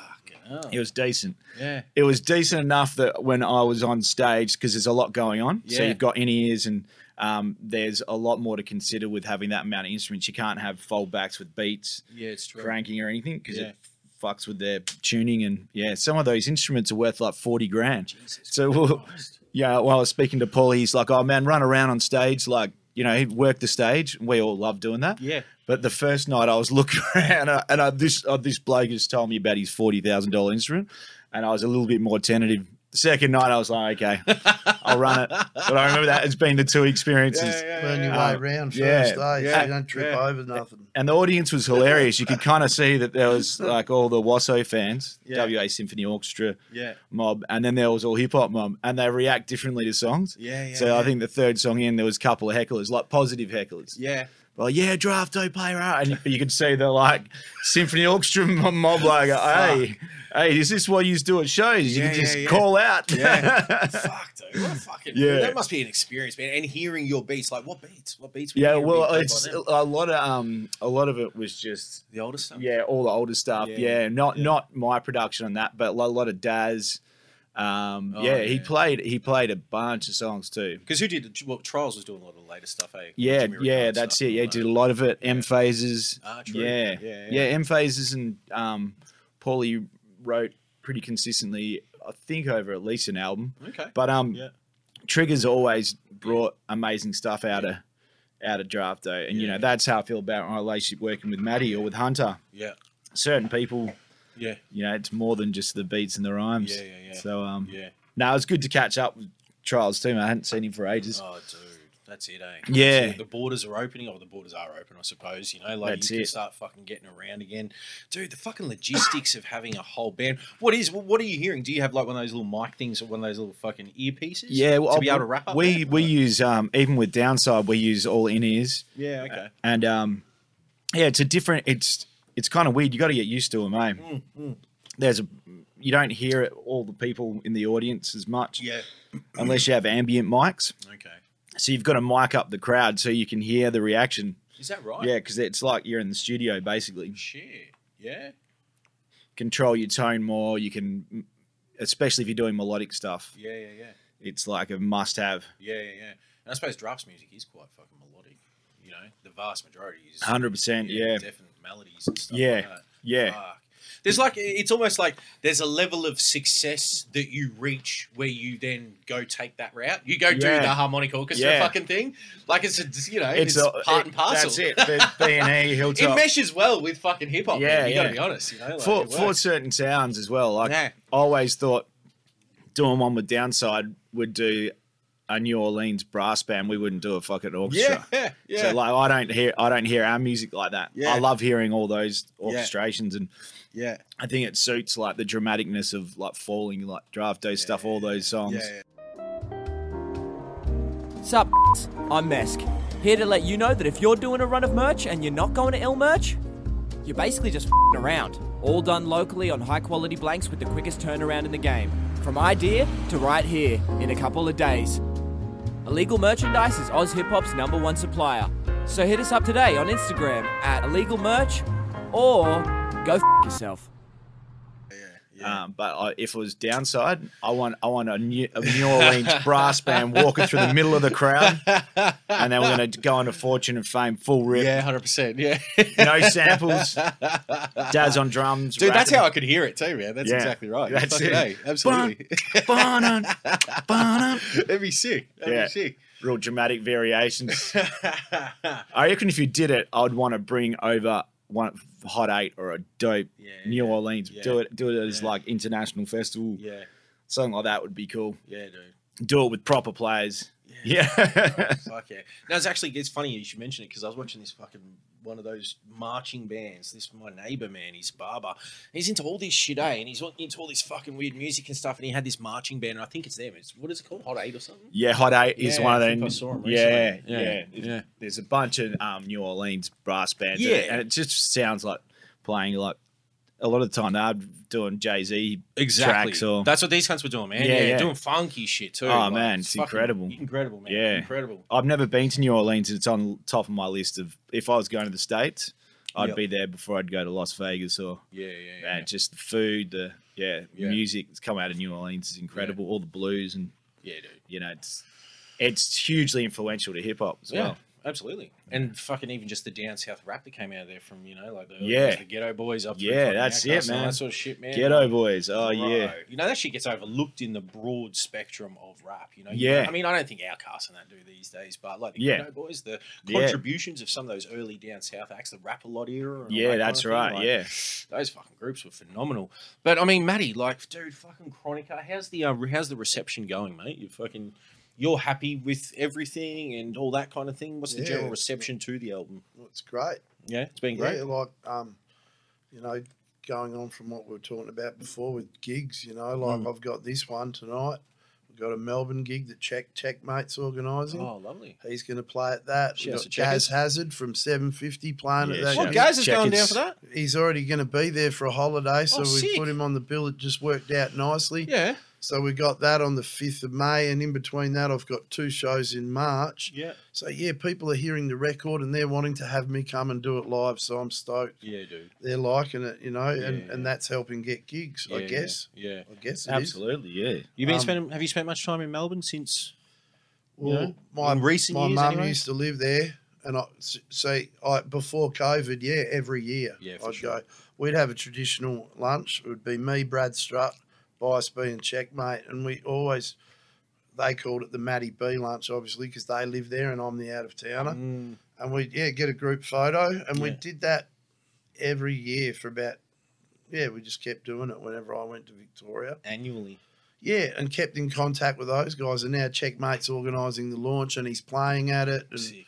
A: hell.
D: It was decent.
A: Oh, Yeah.
D: It was decent enough that when I was on stage, because there's a lot going on, so
A: Yeah.
D: you've got in ears and. Um, there's a lot more to consider with having that amount of instruments. You can't have foldbacks with beats
A: Yeah, it's true.
D: cranking or anything because
A: Yeah.
D: it fucks with their tuning and yeah some of those instruments are worth like 40 grand so we'll, yeah while i was speaking to paul he's like oh man run around on stage like you know he worked the stage we all love doing that
A: Yeah.
D: but the first night i was looking around uh, and I, this uh, this bloke has told me about his $40000 instrument and i was a little bit more tentative the second night i was like okay i'll run it but i remember that it's been the two experiences
E: Learn your
D: yeah.
E: way around
D: Yeah,
E: first, eh? So
A: Oh, yeah,
E: you don't trip
A: yeah.
E: over nothing.
D: and the audience was hilarious. You could kind of see that there was like all the Wasso fans, WA Symphony Orchestra
A: Yeah.
D: mob, and then there was all hip hop mob, and they react differently to songs.
A: Yeah, yeah,
D: So
A: yeah.
D: I think the third song in, there was a couple of hecklers, like positive hecklers.
A: Yeah.
D: Well, yeah, draft O player out, and you could see the like Symphony Orchestra mo- mob like, hey, hey, is this what you do at shows? You
A: Yeah,
D: can just
A: yeah, yeah.
D: call out.
A: Yeah. Fuck, dude. What a fucking.
D: Yeah.
A: That must be an experience, man. And hearing your beats, like what beats? What beats? were you
D: Yeah,
A: hearing being
D: well,
A: played
D: it's
A: by them?
D: a lot of um, a lot of it was just
A: the older stuff.
D: Yeah, all the older stuff.
A: Yeah.
D: Yeah, not
A: Yeah.
D: not my production on that, but a lot, a lot of Daz. Um,
A: Oh,
D: yeah, he
A: yeah.
D: played he played a bunch of songs too.
A: Because who did? Well, Trials was doing a lot of the later stuff, eh?
D: Yeah,
A: Jimmy
D: yeah,
A: Ricard
D: that's
A: stuff
D: it.
A: and
D: Yeah,
A: all
D: did
A: that.
D: a lot of it. M phases.
A: Ah, true.
D: yeah.
A: Yeah, yeah.
D: yeah, M phases and um, Paulie wrote pretty consistently. I think over at least an album,
A: Okay.
D: but um,
A: Yeah.
D: Triggers always brought amazing stuff out of out of draft though, and you
A: Yeah.
D: know that's how I feel about my relationship working with Maddie or with Hunter.
A: Yeah.
D: Certain people
A: Yeah.
D: you know, it's more than just the beats and the rhymes.
A: Yeah, yeah, yeah.
D: So, um,
A: Yeah.
D: no, it's good to catch up with Trials too. Man. I hadn't seen him for ages.
A: Oh, dude. That's it, eh?
D: Yeah.
A: That's it. The borders are opening. Oh, the borders are open, I suppose. You know, like
D: That's
A: you can
D: it.
A: start fucking getting around again. Dude, the fucking logistics of having a whole band. What is, what are you hearing? Do you have like one of those little mic things or one of those little fucking earpieces?
D: yeah, well,
A: to be able to wrap up.
D: we
A: that?
D: we use um, even with downside, we use all in ears,
A: Yeah, okay.
D: and um, yeah, it's a different. It's it's kind of weird. You got to get used to them, eh?
A: Mm,
D: There's a you don't hear it, all the people in the audience as much
A: Yeah.
D: unless you have ambient mics.
A: Okay.
D: So you've got to mic up the crowd so you can hear the reaction.
A: Is that right?
D: Yeah, because it's like you're in the studio basically.
A: Shit. Yeah.
D: control your tone more. You can, especially if you're doing melodic stuff,
A: Yeah, yeah, yeah.
D: it's like a must have.
A: Yeah, yeah, yeah. And I suppose drafts music is quite fucking melodic. You know, the vast majority is
D: 100%. Yeah.
A: definite melodies and stuff.
D: Yeah.
A: like that.
D: Yeah.
A: Fuck. There's like it's almost like there's a level of success that you reach where you then go take that route. You go do
D: Yeah.
A: the harmonic orchestra
D: Yeah.
A: fucking thing. Like it's a you know it's,
D: It's, a,
A: part
D: it-
A: and parcel.
D: That's it. B- B&E,
A: it
D: Hilltop.
A: meshes well with fucking hip hop. Yeah,
D: Yeah,
A: you got to
D: yeah.
A: be honest. You know, like,
D: for,
A: it
D: for
A: works.
D: certain sounds as well. Like,
A: Yeah.
D: I always thought doing one with Downside would do a New Orleans brass band. We wouldn't do a fucking orchestra.
A: yeah, yeah.
D: So like I don't hear I don't hear our music like that.
A: Yeah.
D: I love hearing all those orchestrations and
A: yeah.
D: I think it suits like the dramaticness of like falling like draft day stuff, all those songs.
H: Sup, I'm Mesk. Here to let you know that if you're doing a run of merch and you're not going to L Merch, you're basically just fing around. All done locally on high quality blanks with the quickest turnaround in the game. From idea to right here in a couple of days. Illegal Merchandise is Oz Hip Hop's number one supplier. So hit us up today on Instagram at Illegal Merch or go f yourself.
D: Um, but I, if it was downside, I want I want a New, a New Orleans brass band walking through the middle of the crowd, and then we're going to go into fortune and fame full rip,
A: Yeah, hundred percent. Yeah,
D: no samples, Daz on drums.
A: dude, that's how
D: rapping.
A: I could hear it too, man. That's
D: Yeah.
A: exactly right.
D: That's
A: Fucking
D: it.
A: A. Absolutely.
D: Ba-dun, ba-dun.
A: That'd be sick. That'd
D: Yeah.
A: be sick.
D: real dramatic variations. I reckon if you did it, I'd want to bring over one hot eight or a dope
A: Yeah,
D: New Orleans.
A: yeah.
D: Do it, do it as like international festival,
A: Yeah,
D: something like that would be cool.
A: yeah, dude.
D: Do it with proper players. Yeah.
A: Fuck yeah. No, it's actually it's funny you should mention it because I was watching this fucking one of those marching bands. This my neighbor man, he's a barber. He's into all this shit, eh? And he's into all this fucking weird music and stuff. And he had this marching band, and I think it's them. It's what is it called? Hot Eight or something?
D: Yeah, Hot Eight is
A: Yeah,
D: one
A: I
D: of
A: think I
D: them.
A: saw 'em
D: yeah,
A: recently.
D: yeah,
A: Yeah,
D: There's,
A: yeah.
D: there's a bunch of um, New Orleans brass bands.
A: Yeah.
D: and it just sounds like playing like a lot of the time they're doing Jay Z tracks or
A: That's what these cunts were doing, man.
D: Yeah,
A: Yeah,
D: yeah.
A: doing funky shit too.
D: Oh, man, it's
A: fucking
D: incredible.
A: incredible, man.
D: Yeah.
A: incredible.
D: I've never been to New Orleans. It's on top of my list of if I was going to the states, I'd
A: Yep.
D: be there before I'd go to Las Vegas or
A: Yeah, yeah, yeah.
D: man, just the food, the yeah,
A: Yeah.
D: music that's come out of New Orleans is incredible. All the blues and
A: yeah, dude.
D: you know it's it's hugely influential to hip hop as
A: Yeah,
D: well.
A: absolutely. And fucking even just the down south rap that came out of there from you know like the
D: Yeah.
A: the ghetto boys up.
D: Yeah,
A: through fucking
D: that's it,
A: Outkast and all
D: man.
A: That sort of shit, man.
D: Ghetto boys, oh
A: Bro.
D: yeah.
A: You know, that shit gets overlooked in the broad spectrum of rap, you know? You
D: Yeah.
A: know- I mean, I don't think Outkast and that do these days, but like the
D: Yeah.
A: Ghetto Boys, the
D: Yeah.
A: contributions of some of those early down south acts, the Rap A Lot era. And all
D: Yeah,
A: that
D: that's
A: kind of
D: right.
A: thing, like,
D: yeah,
A: Those fucking groups were phenomenal. But I mean, Matty, like, dude, fucking Chronica, how's the, uh, how's the reception going, mate? You fucking. You're happy with everything and all that kind of thing. What's the
E: Yeah.
A: general reception to the album?
E: Well, it's great.
A: Yeah, it's been
E: Yeah,
A: great.
E: like um, you know, going on from what we were talking about before with gigs, you know, like
A: Mm.
E: I've got this one tonight. We've got a Melbourne gig that Check Checkmate's organising.
A: Oh, lovely.
E: He's going to play at that.
A: Shout
E: We've
A: out
E: got
A: to
E: Gaz
A: Checkers.
E: Hazard from 750 playing
D: Yeah,
E: at that.
D: shout
A: Well,
D: out.
E: gig.
A: Gaz is going down
D: Checkers.
A: for that.
E: He's already going to be there for a holiday, so
A: Oh,
E: we
A: sick.
E: put him on the bill. It just worked out nicely.
A: Yeah.
E: So we got that on the 5th of May, and in between that, I've got two shows in March.
A: Yeah.
E: So, yeah, people are hearing the record and they're wanting to have me come and do it live. So I'm stoked
A: Yeah, dude.
E: they're liking it, you know, and,
A: Yeah.
E: and that's helping get gigs, I
A: Yeah,
E: guess.
A: Yeah.
E: I guess it is.
D: absolutely. Yeah,
A: You've been
E: Um,
A: spending. Have you spent much time in Melbourne since?
E: Well,
A: Yeah.
E: my
A: In recent
E: my
A: years
E: mum
A: anyway?
E: used to live there, and I s- see I before COVID, yeah, every year,
A: Yeah, for
E: I'd
A: sure.
E: go. We'd have a traditional lunch. It would be me, Brad Strutt, Bias B, and Checkmate, and we always they called it the Matty B lunch, obviously, because they live there and I'm the out of towner, and we yeah get a group photo, and we
A: Mm. Yeah.
E: did that every year for about. Yeah, we just kept doing it whenever I went to Victoria.
A: Annually.
E: Yeah, and kept in contact with those guys. And now Checkmate's organising the launch and he's playing at it. And
A: Sick.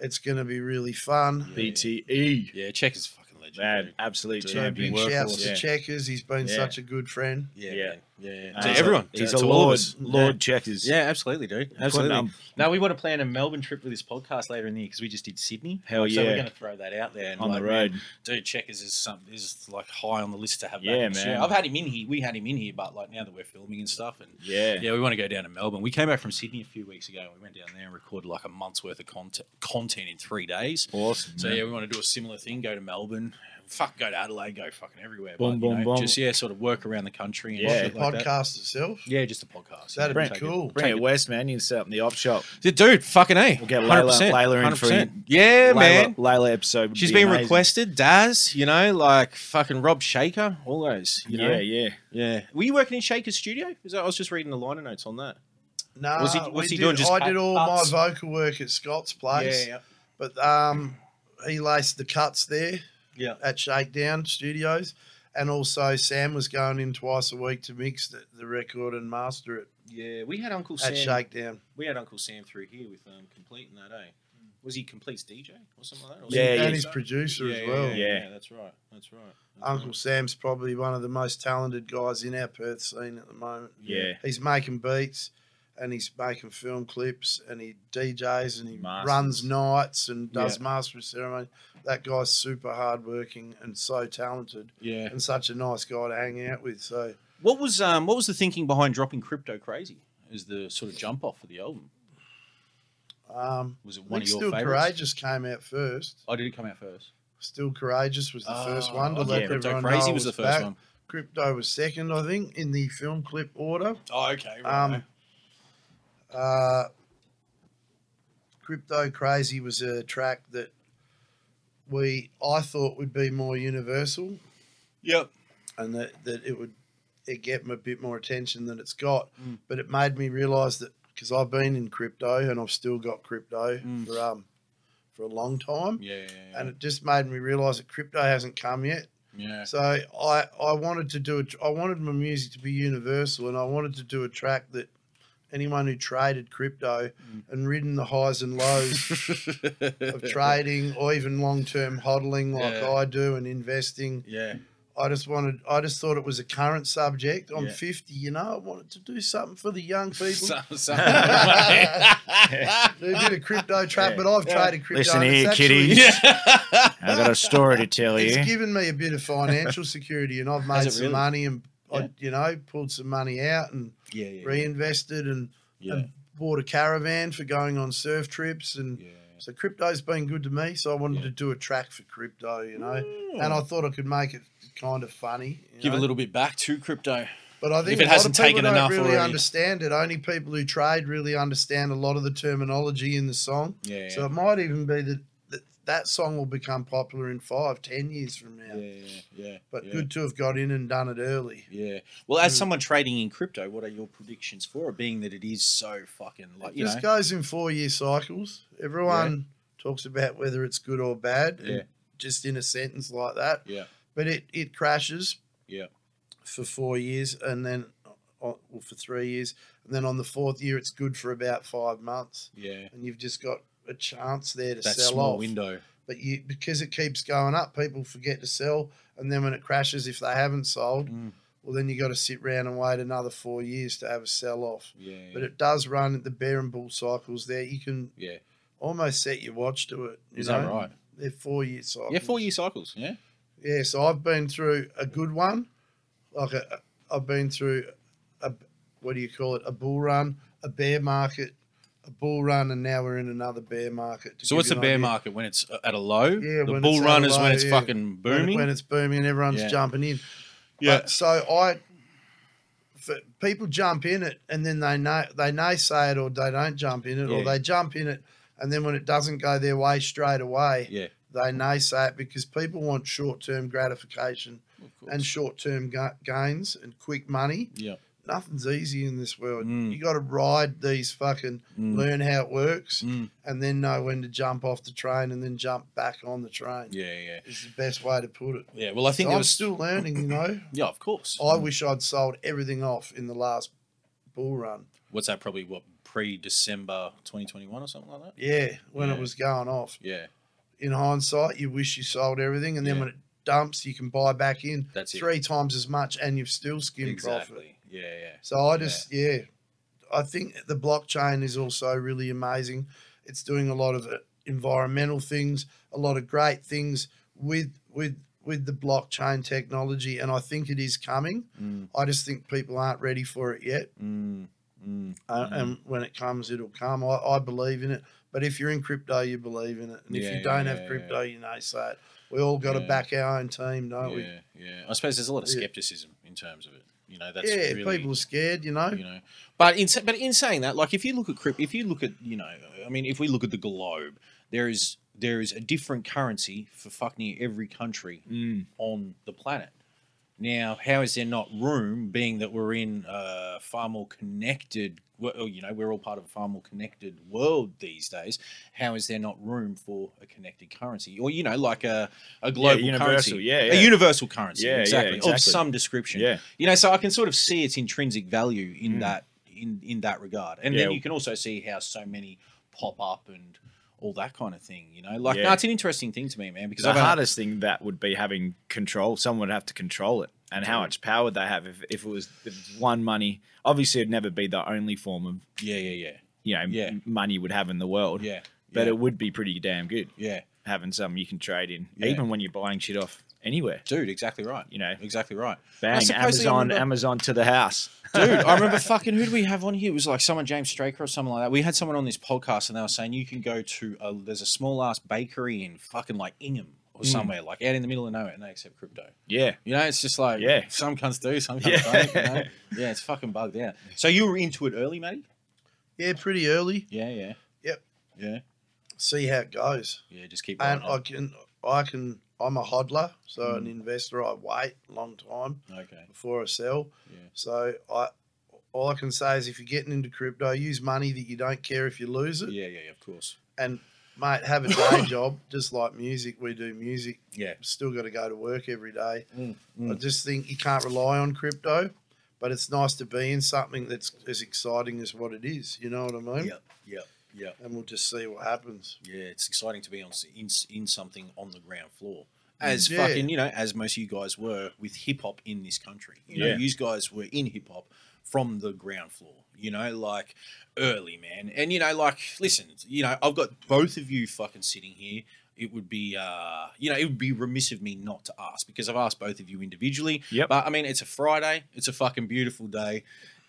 E: it's going to be really fun.
D: BTE,
A: Yeah, Check is a fucking legend.
D: E. man,
A: dude.
D: absolute
A: Dude,
E: So
D: champion.
E: big shouts to
D: Yeah.
E: Checkers. He's been
D: Yeah.
E: such a good friend.
A: Yeah,
D: Yeah.
A: man. yeah, yeah.
D: Uh,
A: To everyone.
D: he's
A: to,
D: a
A: to all of
D: lord,
A: us.
D: lord checkers.
A: Yeah, absolutely, dude. Absolutely.
D: um,
A: Now we want to plan a Melbourne trip for this podcast later in the year because we just did Sydney.
D: Hell
A: So
D: yeah.
A: we're going to throw that out there and
D: on
A: like,
D: the road.
A: man, dude, Checkers is some is like high on the list to have. back
D: Yeah,
A: this
D: man.
A: year. I've had him in here. We had him in here, but like now that we're filming and stuff, and
D: Yeah.
A: Yeah, we want to go down to Melbourne. We came back from Sydney a few weeks ago and we went down there and recorded like a month's worth of content, content in three days.
D: awesome.
A: So,
D: man.
A: yeah, we want to do a similar thing go to Melbourne, fuck, go to Adelaide, go fucking everywhere.
D: Boom,
A: but, you
D: boom,
A: know,
D: boom.
A: Just, yeah, sort of work around the country and
D: Yeah.
E: The
A: shit like that.
E: podcast itself.
A: Yeah, just a podcast.
E: That'd
A: yeah,
E: be
A: take it.
E: cool.
D: Bring it west, man. You can set up in the op shop.
A: Yeah, Dude, fucking A.
D: We'll get Layla,
A: 100%,
D: Layla in for
A: 100%.
D: you.
A: Yeah, man.
D: Layla, Layla episode. would
A: She's
D: be
A: been
D: amazing.
A: requested, Daz, you know, like fucking Rob Shaker, all those, you know.
D: Yeah, yeah.
A: yeah. Were you working in Shaker's studio? Is that, I was just reading the liner notes on that.
E: No,
A: Was he-
E: we
A: was he
E: did-
A: doing just
E: I
A: cut-
E: did all
A: cuts?
E: my vocal work at Scott's place, but um, he laced the cuts there
A: Yeah.
E: at Shakedown Studios. And also, Sam was going in twice a week to mix the, the record and master it
A: Yeah, we had Uncle
E: at
A: Sam.
E: Shakedown.
A: We had Uncle Sam through here with um, completing that, eh? Was he completes DJ or something like that? Or
D: Yeah,
A: something
D: yeah.
A: like
E: and his
A: that?
E: producer
A: Yeah,
E: as
A: yeah,
E: well.
A: Yeah, yeah,
D: Yeah.
A: that's right. That's right. That's
E: Uncle
A: right.
E: Sam's probably one of the most talented guys in our Perth scene at the moment.
D: Yeah.
E: He's making beats and he's making film clips and he DJs and he
D: Masters.
E: runs nights and does master of ceremony. That guy's super hardworking and so talented
A: Yeah.
E: and such a nice guy to hang out with. So
A: What was um what was the thinking behind dropping crypto crazy as the sort of jump off for the album?
E: Um,
A: Was it
E: I
A: one
E: think
A: of your
E: Still
A: favorites?
E: Courageous came out first.
A: Oh, did it come out first?
E: Still Courageous was the first
A: Oh,
E: one to
A: okay.
E: let
A: Crypto
E: everyone know
A: Crazy
E: I
A: was the first
E: back.
A: one.
E: Crypto was second, I think, in the film clip order.
A: Oh, okay.
E: Um, uh, Crypto Crazy was a track that we I thought would be more universal
A: yep.
E: and that, that it would it get a bit more attention than it's got. But it made me realise that because I've been in crypto and I've still got crypto for um for a long time,
A: Yeah, yeah, yeah.
E: and it just made me realise that crypto hasn't come yet.
A: yeah.
E: So I I wanted to do it. I wanted my music to be universal, and I wanted to do a track that anyone who traded crypto
A: Mm.
E: and ridden the highs and lows of trading, or even long term hodling like
A: Yeah.
E: I do and investing.
A: yeah.
E: I just wanted. I just thought it was a current subject. I'm
A: Yeah.
E: 50, you know. I wanted to do something for the young people.
A: So, so,
E: do a bit of crypto trap, but I've traded crypto.
I: Listen
E: and it's
I: here,
E: actually-
I: kiddies. I got a story to tell you.
E: It's given me a bit of financial security, and I've made
A: it
E: some
A: really?
E: money, and I, you know, pulled some money out and
A: yeah, yeah.
E: reinvested, and,
A: Yeah.
E: and bought a caravan for going on surf trips, and so crypto's been good to me. So I wanted to do a track for crypto, you know, and I thought I could make it kind of funny. you
A: Give a
E: know.
A: little bit back to crypto.
E: But I think
A: If it
E: a lot of
A: hasn't
E: people
A: taken
E: don't
A: enough
E: really
A: already.
E: understand it. Only people who trade really understand a lot of the terminology in the song.
A: Yeah,
E: So
A: yeah.
E: it might even be that that, that song will become popular in five, ten years from now.
A: yeah, yeah.
E: But
A: yeah,
E: good to have got in and done it early.
A: Yeah. Well,
E: Mm.
A: as someone trading in crypto, what are your predictions for it? Being that it is so fucking like
E: It
A: you know.
E: just goes in four year cycles. Everyone talks about whether it's good or bad, and
A: Yeah.
E: just in a sentence like that.
A: Yeah.
E: But it, it crashes
A: Yeah.
E: for four years and then, or well, for three years. And then on the fourth year, it's good for about five months.
A: Yeah.
E: and you've just got a chance there to
A: That
E: sell
A: small
E: off.
A: window.
E: But you because it keeps going up, people forget to sell, and then when it crashes, if they haven't sold,
A: Mm.
E: well then you got to sit round and wait another four years to have a sell off.
A: Yeah. yeah.
E: But it does run the bear and bull cycles there. You can
A: yeah.
E: almost set your watch to it. You
A: Is
E: know?
A: that right?
E: They're four year cycles.
A: Yeah, four year cycles. Yeah.
E: Yeah, so I've been through a good one, like a, I've been through a what do you call it? A bull run, a bear market, a bull run, and now we're in another bear market. to
A: So
E: give
A: what's
E: you
A: the
E: an
A: bear
E: idea.
A: market when it's at a low?
E: Yeah,
A: the
E: when
A: bull
E: it's at
A: run
E: a
A: is
E: low,
A: when it's
E: yeah.
A: fucking
E: When it-
A: booming.
E: when it's booming and everyone's
A: Yeah.
E: jumping in.
A: Yeah.
E: But- so I, for, people jump in it and then they know they naysay it or they don't jump in it or
A: Yeah.
E: they jump in it and then when it doesn't go their way straight away,
A: yeah.
E: they naysay it because people want short term gratification and short term ga- gains and quick money.
A: Yeah.
E: Nothing's easy in this world.
A: Mm.
E: You got to ride these fucking, learn how it works,
A: Mm.
E: and then know when to jump off the train and then jump back on the train.
A: Yeah. Yeah.
E: Is the best way to put it.
A: Yeah. Well, I think
E: So
A: there
E: I'm
A: was
E: still learning, you know.
A: Yeah, of course.
E: I wish I'd sold everything off in the last bull run.
A: What's that? Probably what pre December 2021 or something like that.
E: Yeah, when
A: Yeah.
E: it was going off.
A: Yeah.
E: In hindsight, you wish you sold everything, and then
A: Yeah.
E: when it dumps, you can buy back in
A: That's it.
E: three times as much, and you've still skimmed profit.
A: Exactly. Yeah. Yeah.
E: So I just, yeah. I think the blockchain is also really amazing. It's doing a lot of uh, environmental things, a lot of great things with with with the blockchain technology, and I think it is coming.
A: Mm.
E: I just think people aren't ready for it yet. Uh,
A: Mm-hmm.
E: And when it comes, it'll come. I, I believe in it. But if you're in crypto, you believe in it, and
A: Yeah,
E: if
A: yeah,
E: you don't
A: yeah,
E: have crypto, you know, so it. We all got
A: Yeah.
E: to back our own team, don't we?
A: Yeah. Yeah. I suppose there's a lot of
E: Yeah.
A: skepticism in terms of it. You know, that's
E: Yeah,
A: really,
E: people are scared, you know.
A: you know. But in sa- but in saying that, like if you look at crypt, if you look at you know, I mean, if we look at the globe, there is there is a different currency for fuck near every country
D: Mm.
A: on the planet. Now, how is there not room, being that we're in a far more connected, well, you know, we're all part of a far more connected world these days. How is there not room for a connected currency, or you know, like a a global
D: universal,
A: currency,
D: yeah,
A: a
D: yeah.
A: universal currency,
D: Yeah, yeah,
A: exactly, of
D: exactly.
A: some description.
D: Yeah.
A: you know, so I can sort of see its intrinsic value in that in in that regard, and then
D: Mm. Yeah.
A: you can also see how so many pop up and all that kind of thing. You know, like
D: Yeah.
A: no, it's an interesting thing to me, man, because
D: The
A: I've had-
D: hardest thing that would be having control. Someone would have to control it, and how much power would they have if, if it was if it's one money. Obviously, it'd never be the only form of
A: yeah, yeah, yeah,
D: you know
A: Yeah.
D: m- money would have in the world.
A: Yeah,
D: but
A: yeah.
D: it would be pretty damn good
A: yeah.
D: having something you can trade in,
A: Yeah.
D: even when you're buying shit off anywhere.
A: dude. Exactly right.
D: You know,
A: Exactly right. I
D: bang
A: suppose they
D: Amazon,
A: remember-
D: Amazon to the house.
A: Dude, I remember fucking who do we have on here? It was like someone James Straker or something like that. We had someone on this podcast and they were saying you can go to a, there's a small ass bakery in fucking like Ingham
D: Mm.
A: or somewhere like out in the middle of nowhere and they accept crypto.
D: Yeah,
A: You know, it's just like
D: Yeah.
A: some cunts do, some cunts
D: Yeah.
A: don't. You know? Yeah, it's fucking bugged out. So you were into it early, matey?
E: Yeah, pretty early.
A: Yeah, yeah,
E: See how it goes.
A: yeah. Just keep going.
E: And I can, I can. I'm a hodler, so an
A: Mm-hmm.
E: investor. I wait a long time
A: okay,
E: before I sell.
A: Yeah.
E: So I, all I can say is, if you're getting into crypto, use money that you don't care if you lose it.
A: yeah, yeah, yeah. Of course.
E: And mate, have a day job, just like music. We do music.
A: Yeah.
E: Still got to go to work every day.
A: Mm,
E: I just think you can't rely on crypto, but it's nice to be in something that's as exciting as what it is. You know what I mean?
A: Yep, yep, yep.
E: And we'll just see what happens.
A: Yeah, it's exciting to be on s- in s- in something on the ground floor. As
E: Yeah.
A: fucking you know, as most of you guys were with hip hop in this country. You know,
D: Yeah.
A: you guys were in hip hop from the ground floor. You know, like early man, and you know, like listen, you know, I've got both of you fucking sitting here. It would be, uh, you know, it would be remiss of me not to ask because I've asked both of you individually.
D: Yep.
A: But I mean, it's a Friday. It's a fucking beautiful day.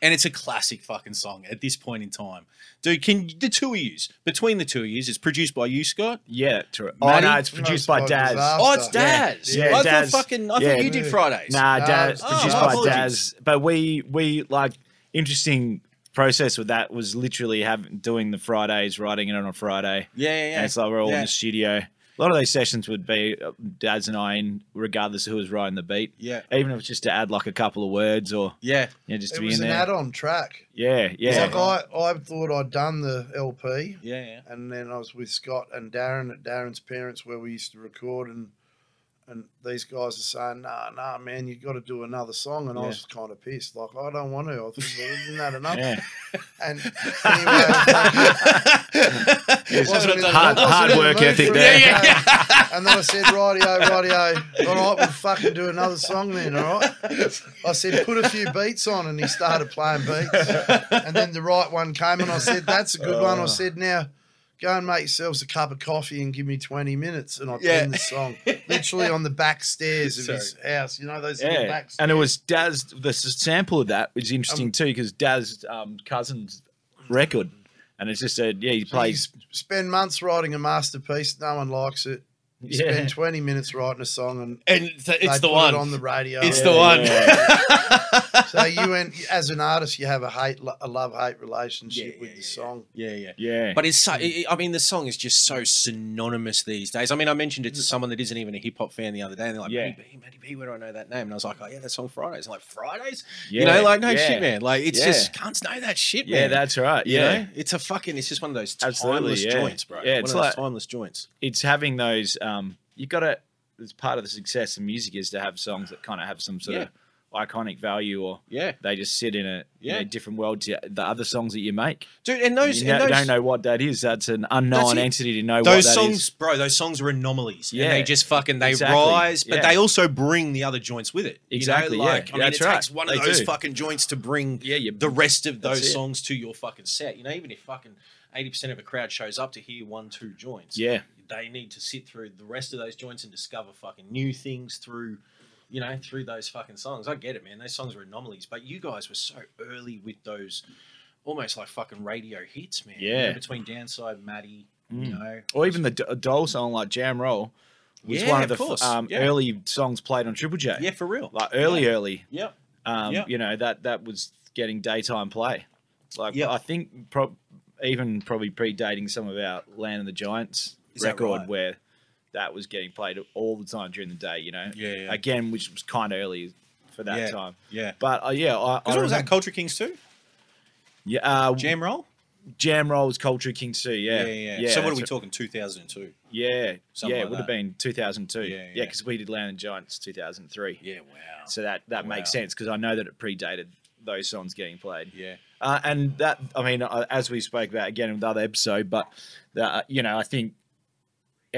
A: And it's a classic fucking song at this point in time. Dude, can the two of yous, between the two of yous, it's produced by you, Scott?
D: yeah. To, oh
A: Matty?
D: no, it's produced by
E: Smoke
D: Daz.
E: disaster.
A: Oh, it's Daz.
D: Yeah,
A: I
D: Daz.
A: thought fucking, I
D: Yeah.
A: thought you did Fridays.
D: Nah,
E: Uh,
D: Daz.
E: oh,
D: produced
A: my
D: by
A: apologies.
D: Daz. But we we like interesting process with that was literally having doing the Fridays, writing it on a Friday.
A: Yeah, yeah, yeah.
D: And it's like we're all in
A: Yeah.
D: the studio. A lot of those sessions would be uh, Dad's and I, in, regardless of who was writing the beat.
A: Yeah.
D: Even if it's just to add like a couple of words or
A: yeah.
D: you know, just to
E: It
D: be
E: was
D: in
E: an
D: there.
E: add-on track.
D: Yeah,
E: It's
D: yeah,
E: Like I, I thought I'd done the LP,
A: Yeah, yeah.
E: and then I was with Scott and Darren at Darren's parents where we used to record, and and these guys are saying, "Nah, nah, man, you got to do another song," and I
A: Yeah.
E: was kind of pissed, like I don't want to. I thought, well, isn't that enough?
D: yeah.
E: And anyway,
D: It's
E: wasn't in the-
D: hard,
E: wasn't
D: hard
E: in the
D: work
E: mood
D: ethic
E: for it.
D: there.
E: Yeah, yeah. And then I said, rightio, rightio. All right, we'll fucking do another song then, all right? I said, put a few beats on, and he started playing beats. And then the right one came, and I said, that's a good one.
D: Oh.
E: I said, now go and make yourselves a cup of coffee and give me 20 minutes. And I
A: Yeah.
E: penned the song literally on the back stairs of his house. You know, those little
D: Yeah,
E: back stairs.
D: and it was Daz. The s- sample of that was interesting too because Daz's um, cousin's record, and it's just said, yeah, he plays.
E: You spend months writing a masterpiece, no one likes it. You
D: Yeah.
E: spend 20 minutes writing a song, and
G: And it's the,
E: they
G: it's the
E: put
G: one.
E: it on the radio.
G: it's the one.
E: So you and as an artist, you have a hate, a love hate relationship
A: Yeah,
E: with
A: yeah,
E: the
A: yeah.
E: song.
A: Yeah, yeah.
D: Yeah,
A: But it's so, it- it- I mean, the song is just so synonymous these days. I mean, I mentioned it to someone that isn't even a hip hop fan the other day, and they're like,
D: Mm. Yeah.
A: Matty B, Matty B, where do I know that name? And I was like, oh, yeah, that song Fridays. And like, Fridays?
D: yeah,
A: You know, like, no
D: yeah.
A: shit, man. Like, it's
D: Yeah.
A: just, can't know that shit,
D: Yeah,
A: man.
D: that's right.
A: You
D: Yeah,
A: know? it's a fucking, it's just one of those
D: Absolutely,
A: timeless
D: yeah.
A: joints, bro.
D: Yeah,
A: one
D: it's
A: of those
D: like-
A: timeless joints.
D: it's having those. Um, you got to. It's part of the success of music is to have songs that kind of have some sort of iconic value, or
A: Yeah,
D: they just sit in a, you know,
A: Yeah.
D: different world to the other songs that you make.
A: dude, and those,
D: you know,
A: and those
D: don't know what that is. That's an unknown
A: it.
D: entity to know
A: those
D: what that is.
A: songs, bro. Those songs are anomalies. Yeah,
D: Yeah.
A: they just fucking they
D: Exactly.
A: rise, but
D: Yeah.
A: they also bring the other joints with it. You know,
D: Exactly, yeah.
A: like I mean,
D: That's
A: it takes
D: right.
A: one of
D: They
A: those
D: do.
A: fucking joints to bring
D: Yeah, you-
A: the rest of
D: that's
A: those
D: it.
A: songs to your fucking set. You know, even if fucking eighty percent of a crowd shows up to hear one, two joints,
D: Yeah,
A: they need to sit through the rest of those joints and discover fucking new things through. You know, through those fucking songs. I get it, man. Those songs are anomalies, but you guys were so early with those almost like fucking radio hits, man. You know,
D: Yeah.
A: between Downside, Maddie, you
D: Mm.
A: know.
D: or even the D- Dole song like Jam Roll was
A: Yeah,
D: one
A: of
D: of the f-
A: course.
D: um,
A: Yeah.
D: early songs played on Triple J.
A: Yeah, for real.
D: like early, early.
A: Yeah.
D: Um,
A: Yeah.
D: You know that that was getting daytime play. Like
A: Yeah.
D: I think prob even probably predating some of our Land of the Giants
A: Is that
D: record
A: right?
D: where that was getting played all the time during the day. You know,
A: Yeah, yeah.
D: again, which was kind of early for that
A: Yeah.
D: time.
A: Yeah.
D: But uh, yeah, I, I
A: Because what was that?
D: remember-
A: Culture Kings too?
D: Yeah, uh, jam,
A: Jam roll?
D: roll was Culture King too. Yeah,
A: so what are we
D: that's
A: talking? 2002.
D: right. Yeah,
A: Something
D: yeah,
A: like
D: it would have
A: that.
D: been 2002.
A: Yeah,
D: yeah,
A: yeah.
D: because we did Land of the Giants 2003.
A: Yeah, wow.
D: So that that
A: Wow.
D: makes sense because I know that it predated those songs getting played.
A: Yeah.
D: Uh, and that, I mean, uh, as we spoke about again in the other episode, but uh, you know, I think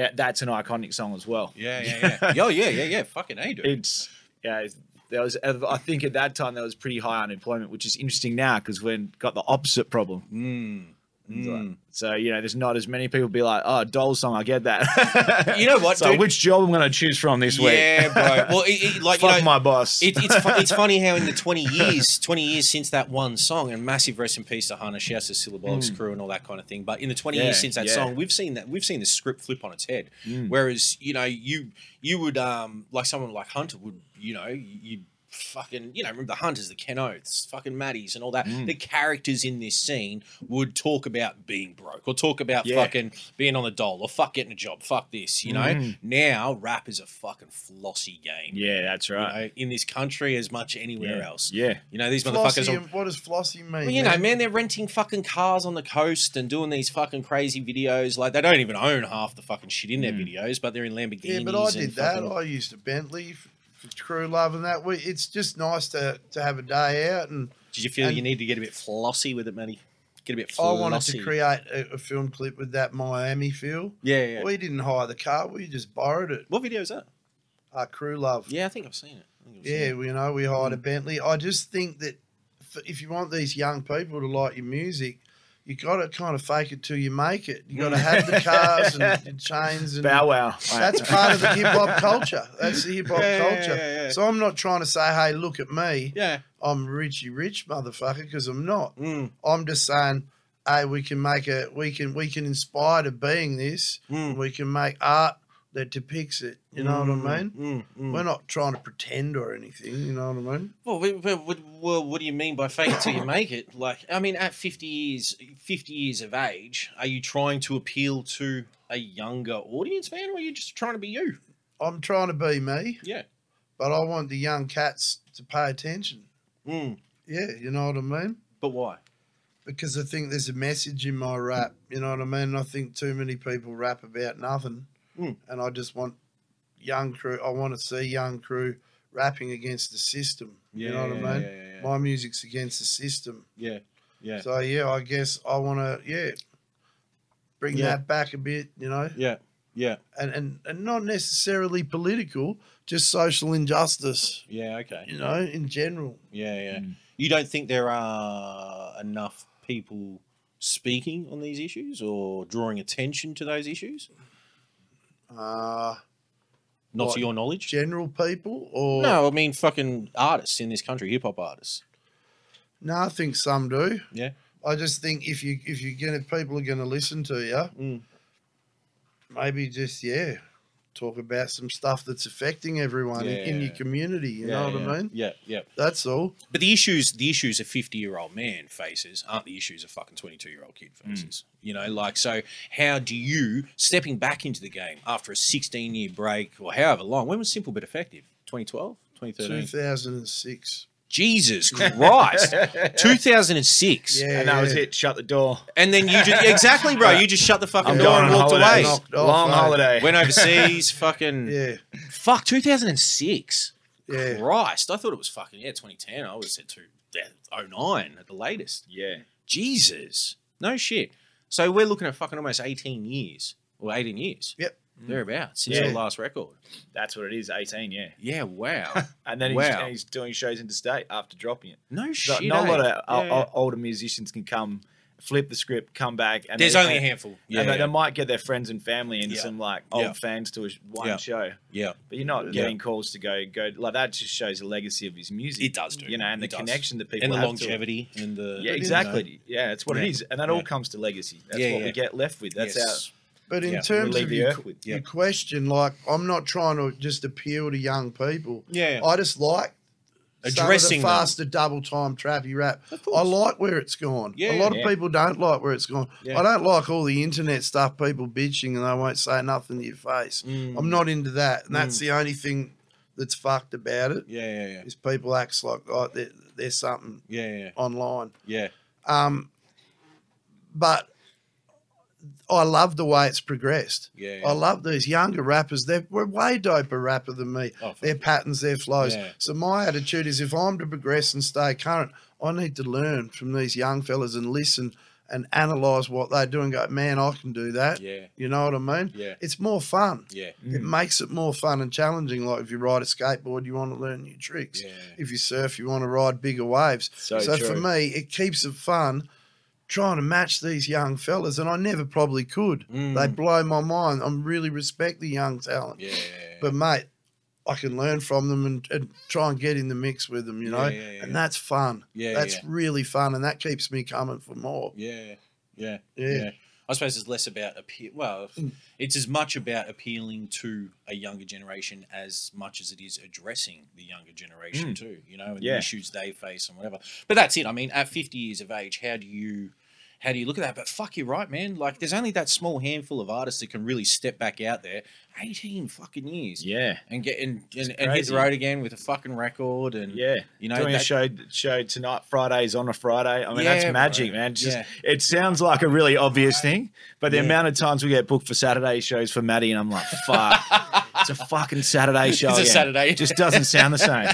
D: uh, that's an iconic song as well.
A: Yeah, yeah, yeah. Yo, yeah, yeah, yeah. Fucking A, dude.
D: It's yeah. it's- There was, uh, I think, at that time there was pretty high unemployment, which is interesting now because we've got the opposite problem.
A: Mm.
D: It's like- so you know, there's not as many people be like, "Oh, doll song, I get that."
A: You know what,
D: So
A: dude?
D: which job I'm going to choose from this week?
A: Yeah, bro. Well, it, it, like you
D: Fuck
A: know,
D: my boss.
A: It, it's fu- it's funny how in the twenty years, twenty years since that one song, and massive rest in peace to Hannah Shouts, the Syllabolic Crew, and all that kind of thing. But in the twenty
D: Hmm. Yeah,
A: years since that
D: yeah. Hmm.
A: song, we've seen that we've seen the script flip on its head. Whereas you know you you would um like someone like Hunter would you know you'd fucking you know remember the Hunters, the Ken Oaths, fucking Maddies, and all that.
D: Hmm.
A: The characters in this scene would talk about being broke or talk about
D: Yeah.
A: fucking being on the dole or fuck getting a job, fuck this, you know.
D: Hmm.
A: Now rap is a fucking flossy game
D: yeah, that's
A: you
D: right.
A: know, in this country as much anywhere
D: yeah.
A: else.
D: Yeah.
A: You know, these
E: Flossie,
A: motherfuckers are.
E: and- what does Flossie mean?
A: Well, you know, man, they're renting fucking cars on the coast and doing these fucking crazy videos. Like, they don't even own half the fucking shit in their
D: Hmm.
A: videos, but they're in Lamborghinis.
E: Yeah, but I
A: and
E: did that.
A: fucking-
E: I used a Bentley for, for Crew Love and that. We, it's just nice to, to have a day out. And
A: Did you feel
E: and-
A: you need to get a bit flossy with it, Matty? Get a bit
E: I
A: flossy.
E: wanted to create a, a film clip with that Miami feel.
A: Yeah, yeah.
E: We didn't hire the car. We just borrowed it.
A: What video is that?
E: Our Crew Love.
A: Yeah, I think I've seen it. I think I've seen
E: Yeah,
A: it.
E: we- you know, we hired a
A: Mm.
E: Bentley. I just think that f- if you want these young people to like your music, you got to kind of fake it till you make it. You got to have the cars and the chains and
D: Bow wow.
E: That's part of the hip hop culture. That's the hip hop
A: Yeah, yeah,
E: culture.
A: yeah, yeah.
E: So I'm not trying to say, hey, look at me.
A: Yeah.
E: I'm Richie Rich, motherfucker, because I'm not.
A: Mm.
E: I'm just saying, hey, we can make a, we can, we can inspire to being this.
A: Mm.
E: We can make art that depicts it. You know what I mean?
A: Mm, mm.
E: We're not trying to pretend or anything. You know what I mean?
A: Well, we, we, we, well, what do you mean by fake it till you make it? Like, I mean, at fifty years, fifty years of age, are you trying to appeal to a younger audience, man, or are you just trying to be you?
E: I'm trying to be me,
A: Yeah.
E: but I want the young cats to pay attention.
A: Mm.
E: Yeah, you know what I mean?
A: But why?
E: Because I think there's a message in my rap. You know what I mean? I think too many people rap about nothing,
A: Mm.
E: and I just want young crew. I want to see young crew rapping against the system. you know what I mean?
A: Yeah, yeah,
E: My music's against the system.
A: yeah. Yeah.
E: So yeah, I guess I want to yeah bring
A: Yeah.
E: that back a bit. You know,
A: yeah, yeah,
E: and and and not necessarily political, just social injustice.
A: yeah, yeah. Okay.
E: You know, in general.
A: Yeah, yeah.
E: Mm.
A: You don't think there are enough people speaking on these issues or drawing attention to those issues?
E: Uh,
A: Not
E: What?
A: to your knowledge.
E: general people or
A: No, I mean fucking artists in this country, hip hop artists.
E: No, I think some do.
A: Yeah.
E: I just think if you if you're gonna people are gonna listen to you,
A: Mm.
E: maybe just yeah, talk about some stuff that's affecting everyone in, in your
A: Yeah.
E: community. You know what I mean?
A: Yeah, yeah.
E: That's all.
A: But the issues, the issues a fifty-year-old man faces aren't the issues a fucking twenty-two-year-old kid
D: Hmm.
A: faces. You know, like so. How do you stepping back into the game after a sixteen-year break or however long? When was Simple but Effective? 2012? 2013?
E: Two thousand and six.
A: Jesus Christ, two thousand and six.
E: Yeah,
D: And that was
E: yeah.
D: it. Shut the door.
A: And then you just exactly, bro. You just shut the fucking
D: I'm
A: door
D: going
A: and
D: on
A: walked away.
D: holiday.
E: Knocked off,
D: Long
E: eh?
D: holiday.
A: Went overseas. fucking
E: Yeah,
A: fuck. Two thousand and six.
E: yeah.
A: Christ, I thought it was fucking yeah, 2010. I would have said two, yeah, 09 at the latest.
D: yeah.
A: Jesus, no shit. So we're looking at fucking almost 18 years or 18 years.
E: Yep.
A: thereabouts since
D: Yeah.
A: the last record.
D: That's what it is. 18. Yeah.
A: Yeah, wow.
D: And then he's,
A: Wow.
D: and he's doing shows interstate after dropping it.
A: No
D: So
A: shit.
D: not a lot of uh,
A: eh?
D: o-
A: Yeah,
D: o-
A: yeah.
D: older musicians can come, flip the script, come back. And
A: There's
D: they-
A: only a
D: and-
A: handful.
D: Yeah,
A: Yeah,
D: and they,
A: yeah.
D: they might get their friends and family and
A: Yeah.
D: some like old
A: Yeah.
D: fans to a, sh- one
A: Yeah.
D: show.
A: yeah.
D: But you're not
A: Yeah.
D: getting calls to go go like that. Just shows the legacy of his music.
A: It does do.
D: you know, and
A: It
D: the
A: does.
D: connection that people
A: and the
D: have to it.
A: longevity and the
D: Yeah, exactly. Yeah, it's what
A: Yeah.
D: it is, and that all comes to legacy. That's
A: Yeah,
D: what
A: yeah.
D: we get left with. That's
A: Yes.
E: But in
A: Yeah, we
E: terms
D: leave
E: of
D: the
E: your,
D: earth with-
E: your question, like I'm not trying to just appeal to young people.
A: Yeah.
E: I just like
A: Addressing
E: addressing
A: them.
E: faster double time trappy rap. I
A: course.
E: like where it's gone.
A: Yeah,
E: a lot
D: yeah.
E: of people don't like where it's gone.
A: Yeah.
E: I don't like all the internet stuff, people bitching and they won't say nothing to your face.
A: Mm.
E: I'm not into that. And that's the only thing that's fucked about it is
A: Yeah, yeah, yeah.
E: people acts like oh, they're, they're something
A: Yeah, yeah,
E: online.
A: yeah.
E: Um, but I love the way it's progressed.
A: Yeah,
E: I love these younger rappers. They're we're way doper rapper than me.
A: Oh, fuck.
E: their patterns, their flows.
A: Yeah.
E: So my attitude is, if I'm to progress and stay current, I need to learn from these young fellas and listen and analyze what they do and go, man, I can do that.
A: Yeah.
E: You know what I mean?
A: Yeah.
E: It's more fun.
A: Yeah.
E: It makes it more fun and challenging. Like if you ride a skateboard, you want to learn new tricks.
A: Yeah.
E: If you surf, you want to ride bigger waves.
D: So
E: for
D: true.
E: me, it keeps it fun, trying to match these young fellas, and I never probably could. They blow my mind. I really respect the young talent.
A: Mm. Yeah.
E: But mate, I can learn from them and, and try and get in the mix with them, you know.
A: yeah, yeah.
E: And that's fun.
A: Yeah,
E: that's
A: yeah.
E: really fun, and that keeps me coming for more.
A: Yeah. Yeah.
E: Yeah.
A: I suppose it's less about appeal. Well,
D: Hmm.
A: it's as much about appealing to a younger generation as much as it is addressing the younger generation too. You know, and
D: Hmm. Yeah.
A: the issues they face and whatever. But that's it. I mean, at fifty years of age, how do you? How do you look at that? But fuck, you're right, man. Like, there's only that small handful of artists that can really step back out there. 18 fucking years.
D: Yeah.
A: And get and, and, and hit
D: crazy.
A: the road again with a fucking record. And
D: Yeah,
A: You know,
D: doing a
A: that-
D: show show tonight, Fridays on a Friday. I mean,
A: Yeah,
D: that's magic,
A: bro.
D: man. It's Just
A: Yeah.
D: it sounds like a really obvious thing, but the
A: Yeah.
D: amount of times we get booked for Saturday shows for Maddie, and I'm like, fuck, it's a fucking Saturday show.
A: It's a
D: again.
A: Saturday.
D: It just doesn't sound the same.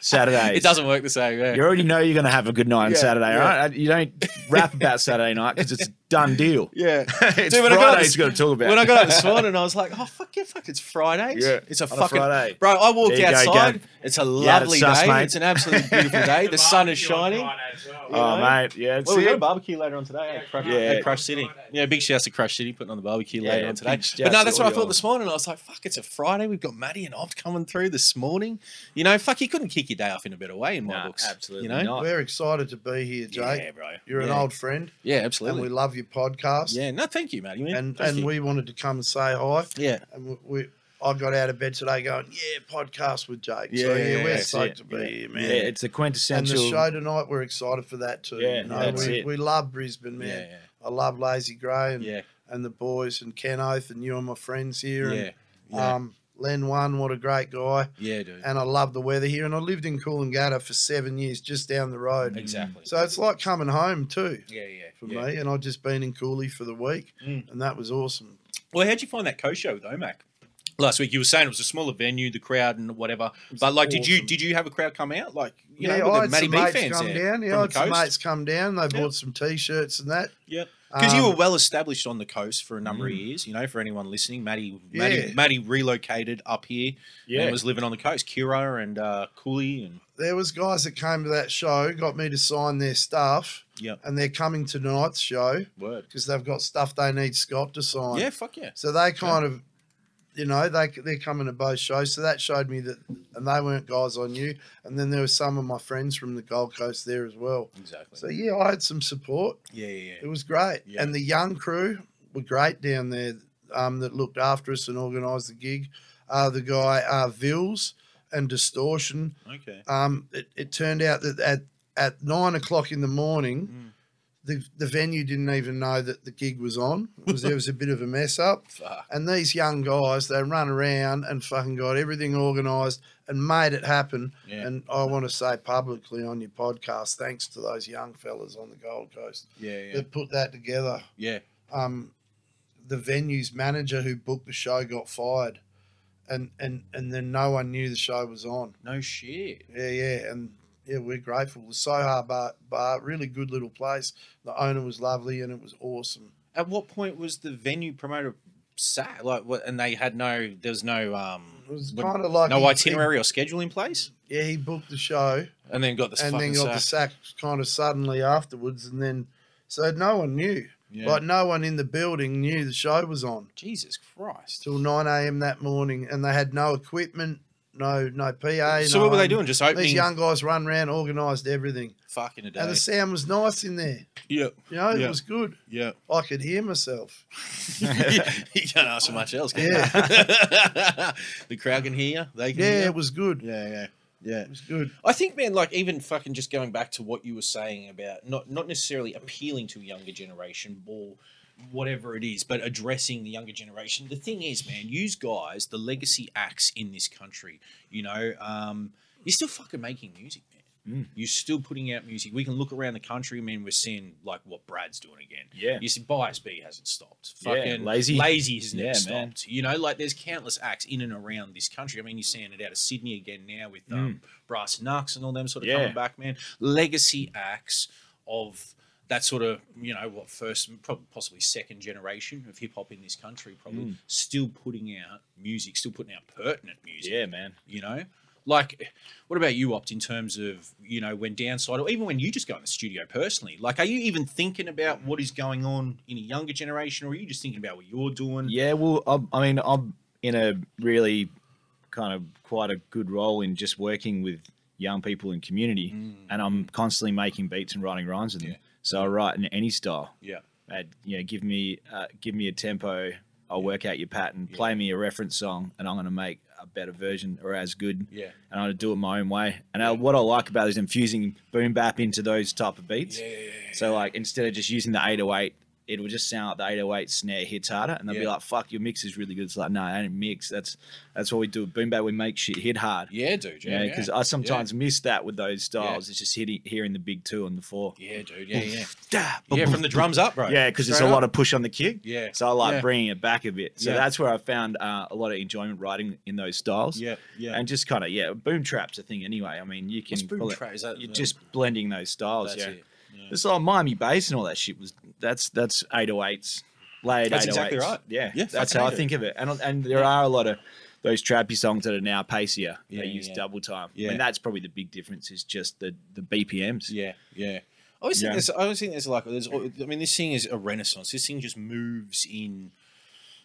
D: Saturdays.
A: it doesn't work the same. Yeah.
D: You already know you're going to have a good night on Saturday, right? You don't rap about Saturday night because it's a done deal.
A: Yeah.
D: it's
A: Dude, when I got up
D: Fridays
A: this-
D: you got to talk about.
A: When I got up this morning, I was like, "Oh fuck yeah, fuck! It's Friday.
D: Yeah,
A: it's a
D: on a
A: fucking
D: Friday.
A: bro." I walked
D: There you go,
A: outside.
D: Gav.
A: it's a
D: Yeah,
A: lovely
D: that's us,
A: day.
D: mate.
A: It's an absolutely beautiful day. the sun is shining.
D: oh
A: know?
D: mate, yeah, it's
A: Well, we got
D: it.
A: a barbecue later on today at Crush,
D: Yeah.
A: at Crush City. Yeah, big shouts to Crush City putting on the barbecue
D: Yeah,
A: later on
D: big
A: today.
D: shouts
A: But no,
D: to
A: that's
D: all
A: what I thought
D: y'all.
A: this morning. I was like, fuck, it's a Friday. We've got Maddie and Opt coming through this morning. You know, fuck, you couldn't kick your day off in a better way in my
D: Nah,
A: books.
D: absolutely
A: You know?
D: not.
E: We're excited to be here, Jake.
A: Yeah, bro.
E: You're an
A: Yeah.
E: old friend,
A: Yeah,
E: and we
A: absolutely.
E: love your podcast.
A: Yeah, no, thank you, Maddie. man.
E: and
A: Thank
E: and
A: you.
E: we wanted to come and say hi.
A: yeah.
E: And we, we, I got out of bed today going, yeah, podcast with Jake. so
A: Yeah,
E: yeah, we're
A: that's
E: stoked
D: it.
E: to be here,
D: Yeah,
E: man.
D: it's the
E: and the
D: quintessential.
E: show tonight, we're excited for that too.
D: Yeah, that's
E: we,
D: it.
E: we love Brisbane, man.
A: Yeah, yeah.
E: I love Lazy Grey and,
A: Yeah.
E: and the boys and Ken Oath and you and my friends here.
A: Yeah.
E: And, Um, Len One, what a great guy.
A: Yeah, dude.
E: And I love the weather here. And I lived in Coolangatta for seven years, just down the road.
A: Exactly.
E: So it's like coming home too
A: yeah, yeah.
E: for
A: yeah. Mm.
E: me. And I've just been in Cooley for the week. And that was awesome.
A: Well, how'd you find that co-show with OMAC last week? You were saying it was a smaller venue, the crowd and whatever. But like, did you
E: awesome.
A: did you have a crowd come out? Like, you
E: yeah,
A: know,
E: I
A: were the
E: had
A: Matty
E: some
A: B
E: mates
A: fans
E: come
A: there
E: down. Yeah,
A: from
E: I had
A: the
E: some
A: coast?
E: mates come down. They bought some t-shirts and that.
A: Yeah, because you
E: Um, Mm.
A: were well established on the coast for a number of years. You know, for anyone listening, Maddie, Maddie,
E: Yeah.
A: Maddie relocated up here
D: Yeah.
A: and was living on the coast. Kira and uh, Cooley and
E: There was guys that came to that show, got me to sign their stuff.
A: Yep.
E: And they're coming to tonight's show
A: Word.
E: because they've got stuff they need Scott to sign.
A: Yeah, fuck yeah.
E: So they kind of, you know, they they're coming to both shows. So that showed me that, and they weren't guys I knew. And then there were some of my friends from the Gold Coast there as well.
A: Exactly.
E: So yeah, I had some support.
A: yeah, yeah,
E: It
A: yeah.
E: was great.
A: Yeah.
E: And the young crew were great down there um, that looked after us and organised the gig. Uh, the guy, uh, Vils and Distortion.
A: Okay.
E: Um, it, it turned out that at, at nine o'clock in the morning,
A: Mm.
E: the, the venue didn't even know that the gig was on. It was, there was a bit of a mess up.
A: Fuck.
E: And these young guys, they run around and fucking got everything organised and made it happen.
A: Yeah.
E: And I want to say publicly on your podcast, thanks to those young fellas on the Gold Coast
A: Yeah, yeah,
E: that put that together.
A: yeah.
E: Um, the venue's manager who booked the show got fired, and and and then no one knew the show was on.
A: No shit.
E: Yeah, yeah, and yeah, we're grateful. The Sohar Bar, bar really good little place. The owner was lovely, and it was awesome.
A: At what point was the venue promoter sat? Like, what? And they had no. There was no. Um,
E: It was
A: what-
E: kind of like
A: no
E: he-
A: itinerary or schedule in place,
E: He, yeah, he booked the show,
A: and then got this
E: and
A: fucking
E: then got the sack kind of suddenly afterwards, and then so no one knew.
A: Yeah.
E: Like no one in the building knew the show was on.
A: Jesus Christ.
E: till 9 a.m. that morning, and they had no equipment, no no PA.
A: So
E: no
A: what were they
E: one.
A: doing? Just opening
E: These young guys run around, organised everything,
A: fucking a day.
E: and the sound was nice in there.
A: yeah,
E: You know,
A: Yeah.
E: it was good.
A: yeah.
E: I could hear myself.
A: you can't ask for much else. Can yeah. the crowd can hear you. They can
E: Yeah,
A: hear
E: it was good.
A: you. Yeah, yeah. Yeah.
E: It was good.
A: I think, man, like even fucking just going back to what you were saying about not not necessarily appealing to a younger generation or whatever it is, but addressing the younger generation. The thing is, man, use guys, the legacy acts in this country, you know, um, you're still fucking making music, man.
D: Mm.
A: You're still putting out music. We can look around the country. I mean, we're seeing like what Brad's doing again.
D: Yeah.
A: you see, Bias B hasn't stopped.
D: Yeah,
A: Fucking
D: Lazy.
A: lazy has never
D: Yeah,
A: stopped.
D: man.
A: You know, like there's countless acts in and around this country. I mean, you're seeing it out of Sydney again now with um, Brass Knucks and all them sort of
D: Mm. Yeah.
A: coming back, man. Legacy acts of that sort of, you know, what first, probably possibly second generation of hip hop in this
D: Mm.
A: country, probably still putting out music, still putting out pertinent music,
D: yeah, man.
A: you know? Like, what about you, Opt, in terms of, you know, when downside or even when you just go in the studio personally? Like, are you even thinking about what is going on in a younger generation or are you just thinking about what you're doing?
D: Yeah, well, I'm, I mean, I'm in a really kind of quite a good role in just working with young people in community, and I'm constantly making beats and writing rhymes with them. So I write in any style.
A: Yeah.
D: I'd, you know, give me uh, give me a tempo. I'll work out your pattern. Play me a reference song, and I'm going to make a better version or as good.
A: Yeah.
D: And I'm going to do it my own way. And I, what I like about it is infusing boom bap into those type of beats. So like instead of just using the 808, it will just sound like the 808 snare hits harder, and they'll be
A: Yeah.
D: like, "Fuck, your mix is really good." It's like, no, I didn't mix. That's that's what we do. With boom bap, we make shit hit hard.
A: Yeah, dude.
D: Yeah, because I sometimes miss that with those styles. It's just hitting, hearing the big two and the four.
A: Yeah, dude. Yeah, yeah.
D: Yeah,
A: Yeah, from the drums up, bro.
D: yeah, because it's a
A: Straight up.
D: lot of push on the kick.
A: Yeah.
D: so I like
A: Yeah.
D: bringing it back a bit. So
A: Yeah.
D: that's where I found uh, a lot of enjoyment writing in those styles.
A: Yeah, yeah.
D: and just kind of yeah, boom traps a thing anyway. I mean, you can
A: What's boom
D: pull it-
A: trap? Is that
D: you're
A: the-
D: just blending those styles.
A: That's
D: yeah,
A: it.
D: it's like Miami bass and all that shit was that's that's eight oh eights, layered
A: That's
D: eight oh
A: exactly
D: eights.
A: right.
D: Yeah,
A: Yeah,
D: that's
A: fucking
D: how I
A: hate it.
D: think of it. And and there are a lot of those trappy songs that are now pacier.
A: Yeah,
D: they use
A: yeah.
D: double time.
A: Yeah.
D: and that's probably the big difference is just the the BPMs.
A: Yeah, yeah. I always
D: Yeah.
A: think there's, I always think there's like there's I mean this thing is a renaissance. This thing just moves in,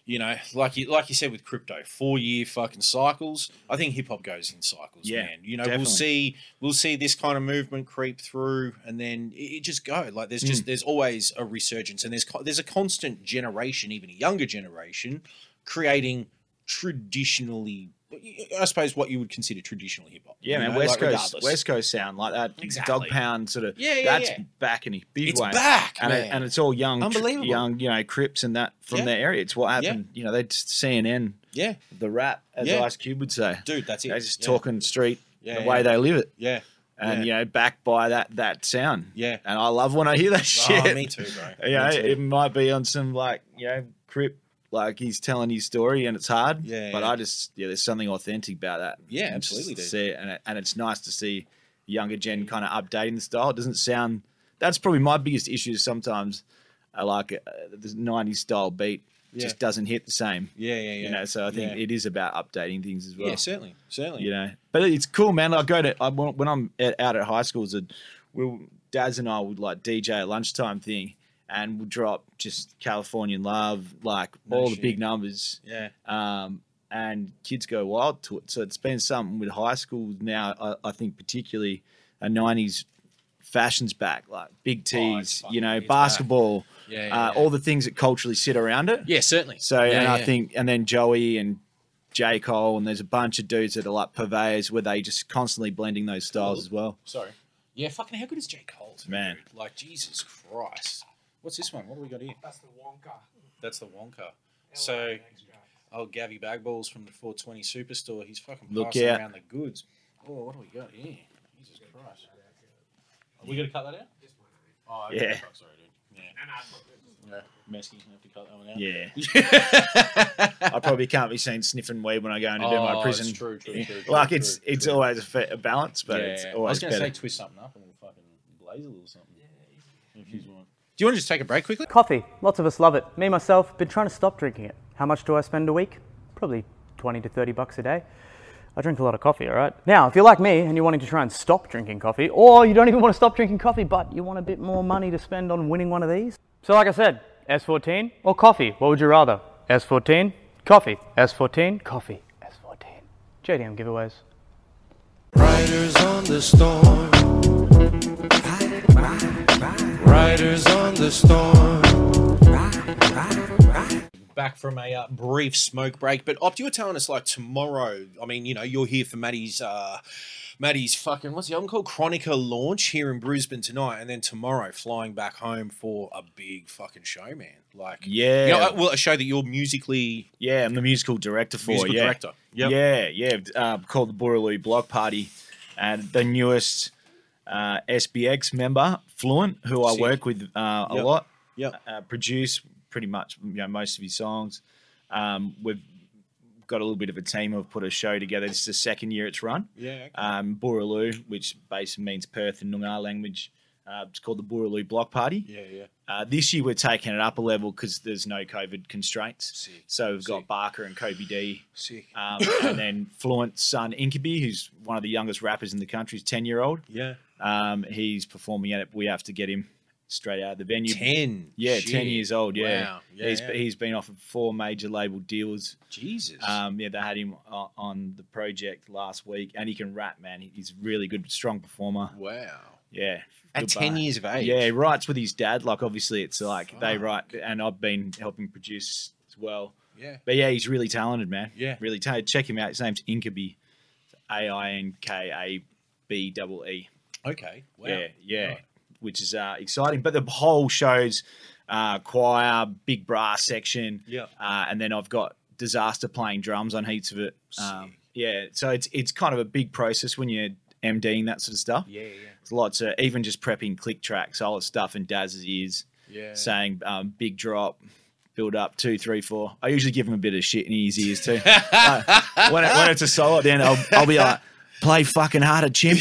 A: you know, like you like you said with crypto, four year fucking cycles. I think hip hop goes in cycles,
D: Yeah,
A: man. You know,
D: definitely.
A: we'll see we'll see this kind of movement creep through, and then it, it just go like there's
D: Mm.
A: just there's always a resurgence, and there's co- there's a constant generation, even a younger generation, creating traditionally. I suppose what you would consider traditional hip hop.
D: Yeah,
A: you
D: man,
A: know,
D: West
A: like
D: Coast,
A: regardless.
D: West Coast sound like that.
A: Exactly.
D: Dog pound sort of.
A: Yeah, yeah,
D: That's
A: yeah.
D: back in a big
A: It's
D: way.
A: back,
D: and
A: man.
D: It, and it's all young, tr-
A: Unbelievable.
D: young, you know, Crips and that from
A: Yeah.
D: their area. It's what happened. You know, they just CNN,
A: yeah,
D: the rap, as
A: Yeah.
D: Ice Cube would say.
A: dude, that's it.
D: They're just
A: Yeah,
D: talking street
A: Yeah,
D: the way
A: yeah.
D: they live it,
A: Yeah.
D: and
A: Yeah.
D: you know, backed by that that sound.
A: Yeah.
D: and I love when I hear that shit.
A: Oh, me too, bro.
D: You know,
A: Me too.
D: it might be on some like you know, Crip. Like he's telling his story and it's hard,
A: Yeah,
D: But
A: yeah.
D: I just yeah, there's something authentic about that.
A: Yeah,
D: And just
A: absolutely, dude.
D: See, it, and it, and it's nice to see younger gen kind of updating the style. It doesn't sound. That's probably my biggest issue sometimes. I like uh, the '90s style beat just doesn't hit the same.
A: Yeah, yeah, yeah.
D: You know, so I think
A: yeah.
D: it is about updating things as well
A: yeah, certainly, certainly.
D: you know. But it's cool, man. I go to I, when when I'm at, out at high schools, and we Daz and I would like DJ a lunchtime thing, and we'll drop just Californian love, like all the
A: shit.
D: big numbers,
A: Yeah,
D: um, and kids go wild to it. So it's been something with high school now. I, I think particularly a '90s fashions back, like big tees, you
A: fucking-
D: know,
A: Oh, it's back.
D: basketball,
A: yeah,
D: uh, all the things that culturally sit around it.
A: yeah, certainly.
D: So,
A: yeah,
D: and I
A: yeah.
D: think, and then Joey and J. Cole, and there's a bunch of dudes that are like purveyors where they just constantly blending those styles as well.
A: sorry. Yeah, fucking how good is J Cole, dude?
D: Man.
A: Like Jesus Christ. What's this one? What do we got here? That's the Wonka. That's the Wonka. So, oh, Gavi Bagballs from the 420 Superstore. He's fucking
D: Look
A: passing
D: out.
A: around the goods. Oh, what do we got here? Jesus Christ. Are we gonna cut that out? Oh, okay.
D: Yeah.
A: Fuck, sorry, dude. Yeah. Yeah. Mesky, you have to cut that one out.
D: Yeah. I probably can't be seen sniffing weed when I go in to do
A: Oh,
D: my
A: it's
D: prison.
A: true, true, true, true,
D: like it's
A: true,
D: it's
A: true.
D: always a, fa- a balance, but it's
A: I was
D: always
A: going to
D: better.
A: say twist something up and we'll fucking blaze a little something. If she's one. Do you want to just take a break quickly?
J: Coffee. Lots of us love it. Me, myself, been trying to stop drinking it. How much do I spend a week? Probably 20 to 30 bucks a day. I drink a lot of coffee, all right? Now, if you're like me and you're wanting to try and stop drinking coffee, or you don't even want to stop drinking coffee, but you want a bit more money to spend on winning one of these. So, like I said, S14 or coffee? What would you rather? S14, coffee. S14, coffee. S14. JDM giveaways.
K: Riders on the storm. Riders on the storm.
A: Back from a uh, brief smoke break, but Opt, you were telling us like tomorrow. I mean, you know, you're here for Maddie's, uh, Maddie's fucking what's the album called? Chronica launch here in Brisbane tonight, and then tomorrow flying back home for a big fucking show, man. Like,
D: Yeah.
A: you know, uh, well, a show that you're musically
D: Yeah, I'm the musical director for.
A: Musical
D: yeah.
A: director. Yep.
D: Yeah, yeah. Uh, called the Booraloo Block Party, and the newest uh, SBX member, Fluent, who I
A: Sick.
D: work with uh, a
A: Yep.
D: lot.
A: Yep.
D: Uh, produce pretty much you know most of his songs. Um, we've got a little bit of a team who've put a show together. This is the second year it's run.
A: yeah,
D: Um, Booraloo, which basically means Perth in Noongar language. Uh, it's called the Booraloo Block Party.
A: Yeah, yeah.
D: Uh, this year we're taking it up a level because there's no COVID constraints. So we've got Barker and Kobe D.
A: Sick.
D: Um, and then Fluent Son Incubi, who's one of the youngest rappers in the country, is 10 year old.
A: Yeah.
D: Um, he's performing at it. We have to get him straight out of the venue.
A: 10?
D: Yeah,
A: Shit.
D: 10 years old. Yeah.
A: Wow. Yeah,
D: He's-
A: yeah.
D: he's been offered four major label deals.
A: Jesus.
D: Um, yeah, they had him o- on the project last week, and he can rap, man. He's really good, strong performer.
A: Wow.
D: Yeah.
A: At
D: Good
A: 10
D: bar.
A: years of age.
D: Yeah, he writes with his dad. Like, obviously, it's like they
A: Fuck.
D: write, and I've been helping produce as well.
A: Yeah.
D: But yeah, he's really talented, man.
A: Yeah.
D: Really talented. Check him out. His name's Inkaby. A I N K A B double E.
A: Okay. Wow.
D: Yeah, yeah. Which is uh, exciting. But the whole show's uh, choir, big brass section.
A: Yeah.
D: Uh, and then I've got Disaster playing drums on heaps of it.
A: Oh,
D: Um, yeah. So it's it's kind of a big process when you're MDing that sort of stuff.
A: Yeah, yeah.
D: It's lots of even just prepping click tracks, all that stuff in Daz's ears.
A: Yeah.
D: Saying um, big drop, build up, two, three, four. I usually give him a bit of shit in his ears too. Uh, when, it, when it's a solo, then I'll, I'll be like, play fucking harder, chimp.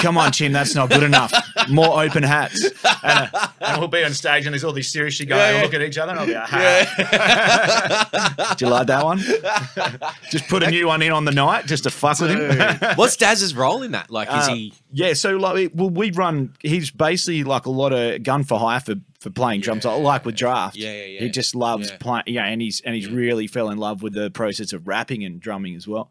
D: Come on, Chim, that's not good enough. More open hats. And, uh, and we'll be on stage and there's all this serious shit going on.
A: Yeah, yeah.
D: We'll Look at each other and I'll be like, "Ha." Do you like that one? just put a new one in on the night just to fuck with him.
A: What's Daz's role in that? Like, is
D: Uh,
A: he?
D: Yeah, so like, it- well, we run. He's basically like a lot of gun for hire for, for playing drums, like, like with draft.
A: Yeah, yeah, yeah.
D: He just loves
A: Yeah.
D: playing. Yeah, and he's and he's really fell in love with the process of rapping and drumming as well.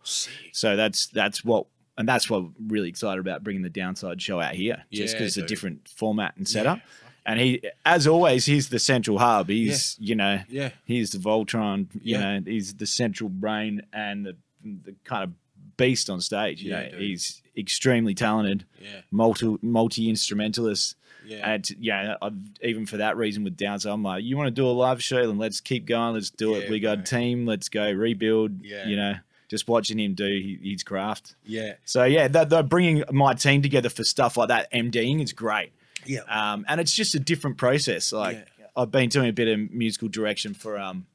D: So that's that's what and that's what I'm really excited about bringing the downside show out here, just
A: Yeah,
D: because the
A: dude.
D: different format and setup. And he, as always, he's the central hub. He's you know,
A: Yeah.
D: he's the Voltron. You
A: Yeah.
D: know, he's the central brain and the the kind of beast on stage. You
A: Yeah,
D: know,
A: dude.
D: he's extremely talented
A: Yeah.
D: multi multi instrumentalist.
A: Yeah.
D: And yeah, I've, even for that reason with Downs, I'm like, you want to do a live show, then let's keep going, let's do it.
A: Yeah,
D: We got a team, let's go rebuild.
A: Yeah.
D: You know, just watching him do hi- his craft.
A: Yeah.
D: So yeah, they're, they're bringing my team together for stuff like that. MDing is great.
A: Yeah.
D: Um, and it's just a different process. Like I've been doing a bit of musical direction for um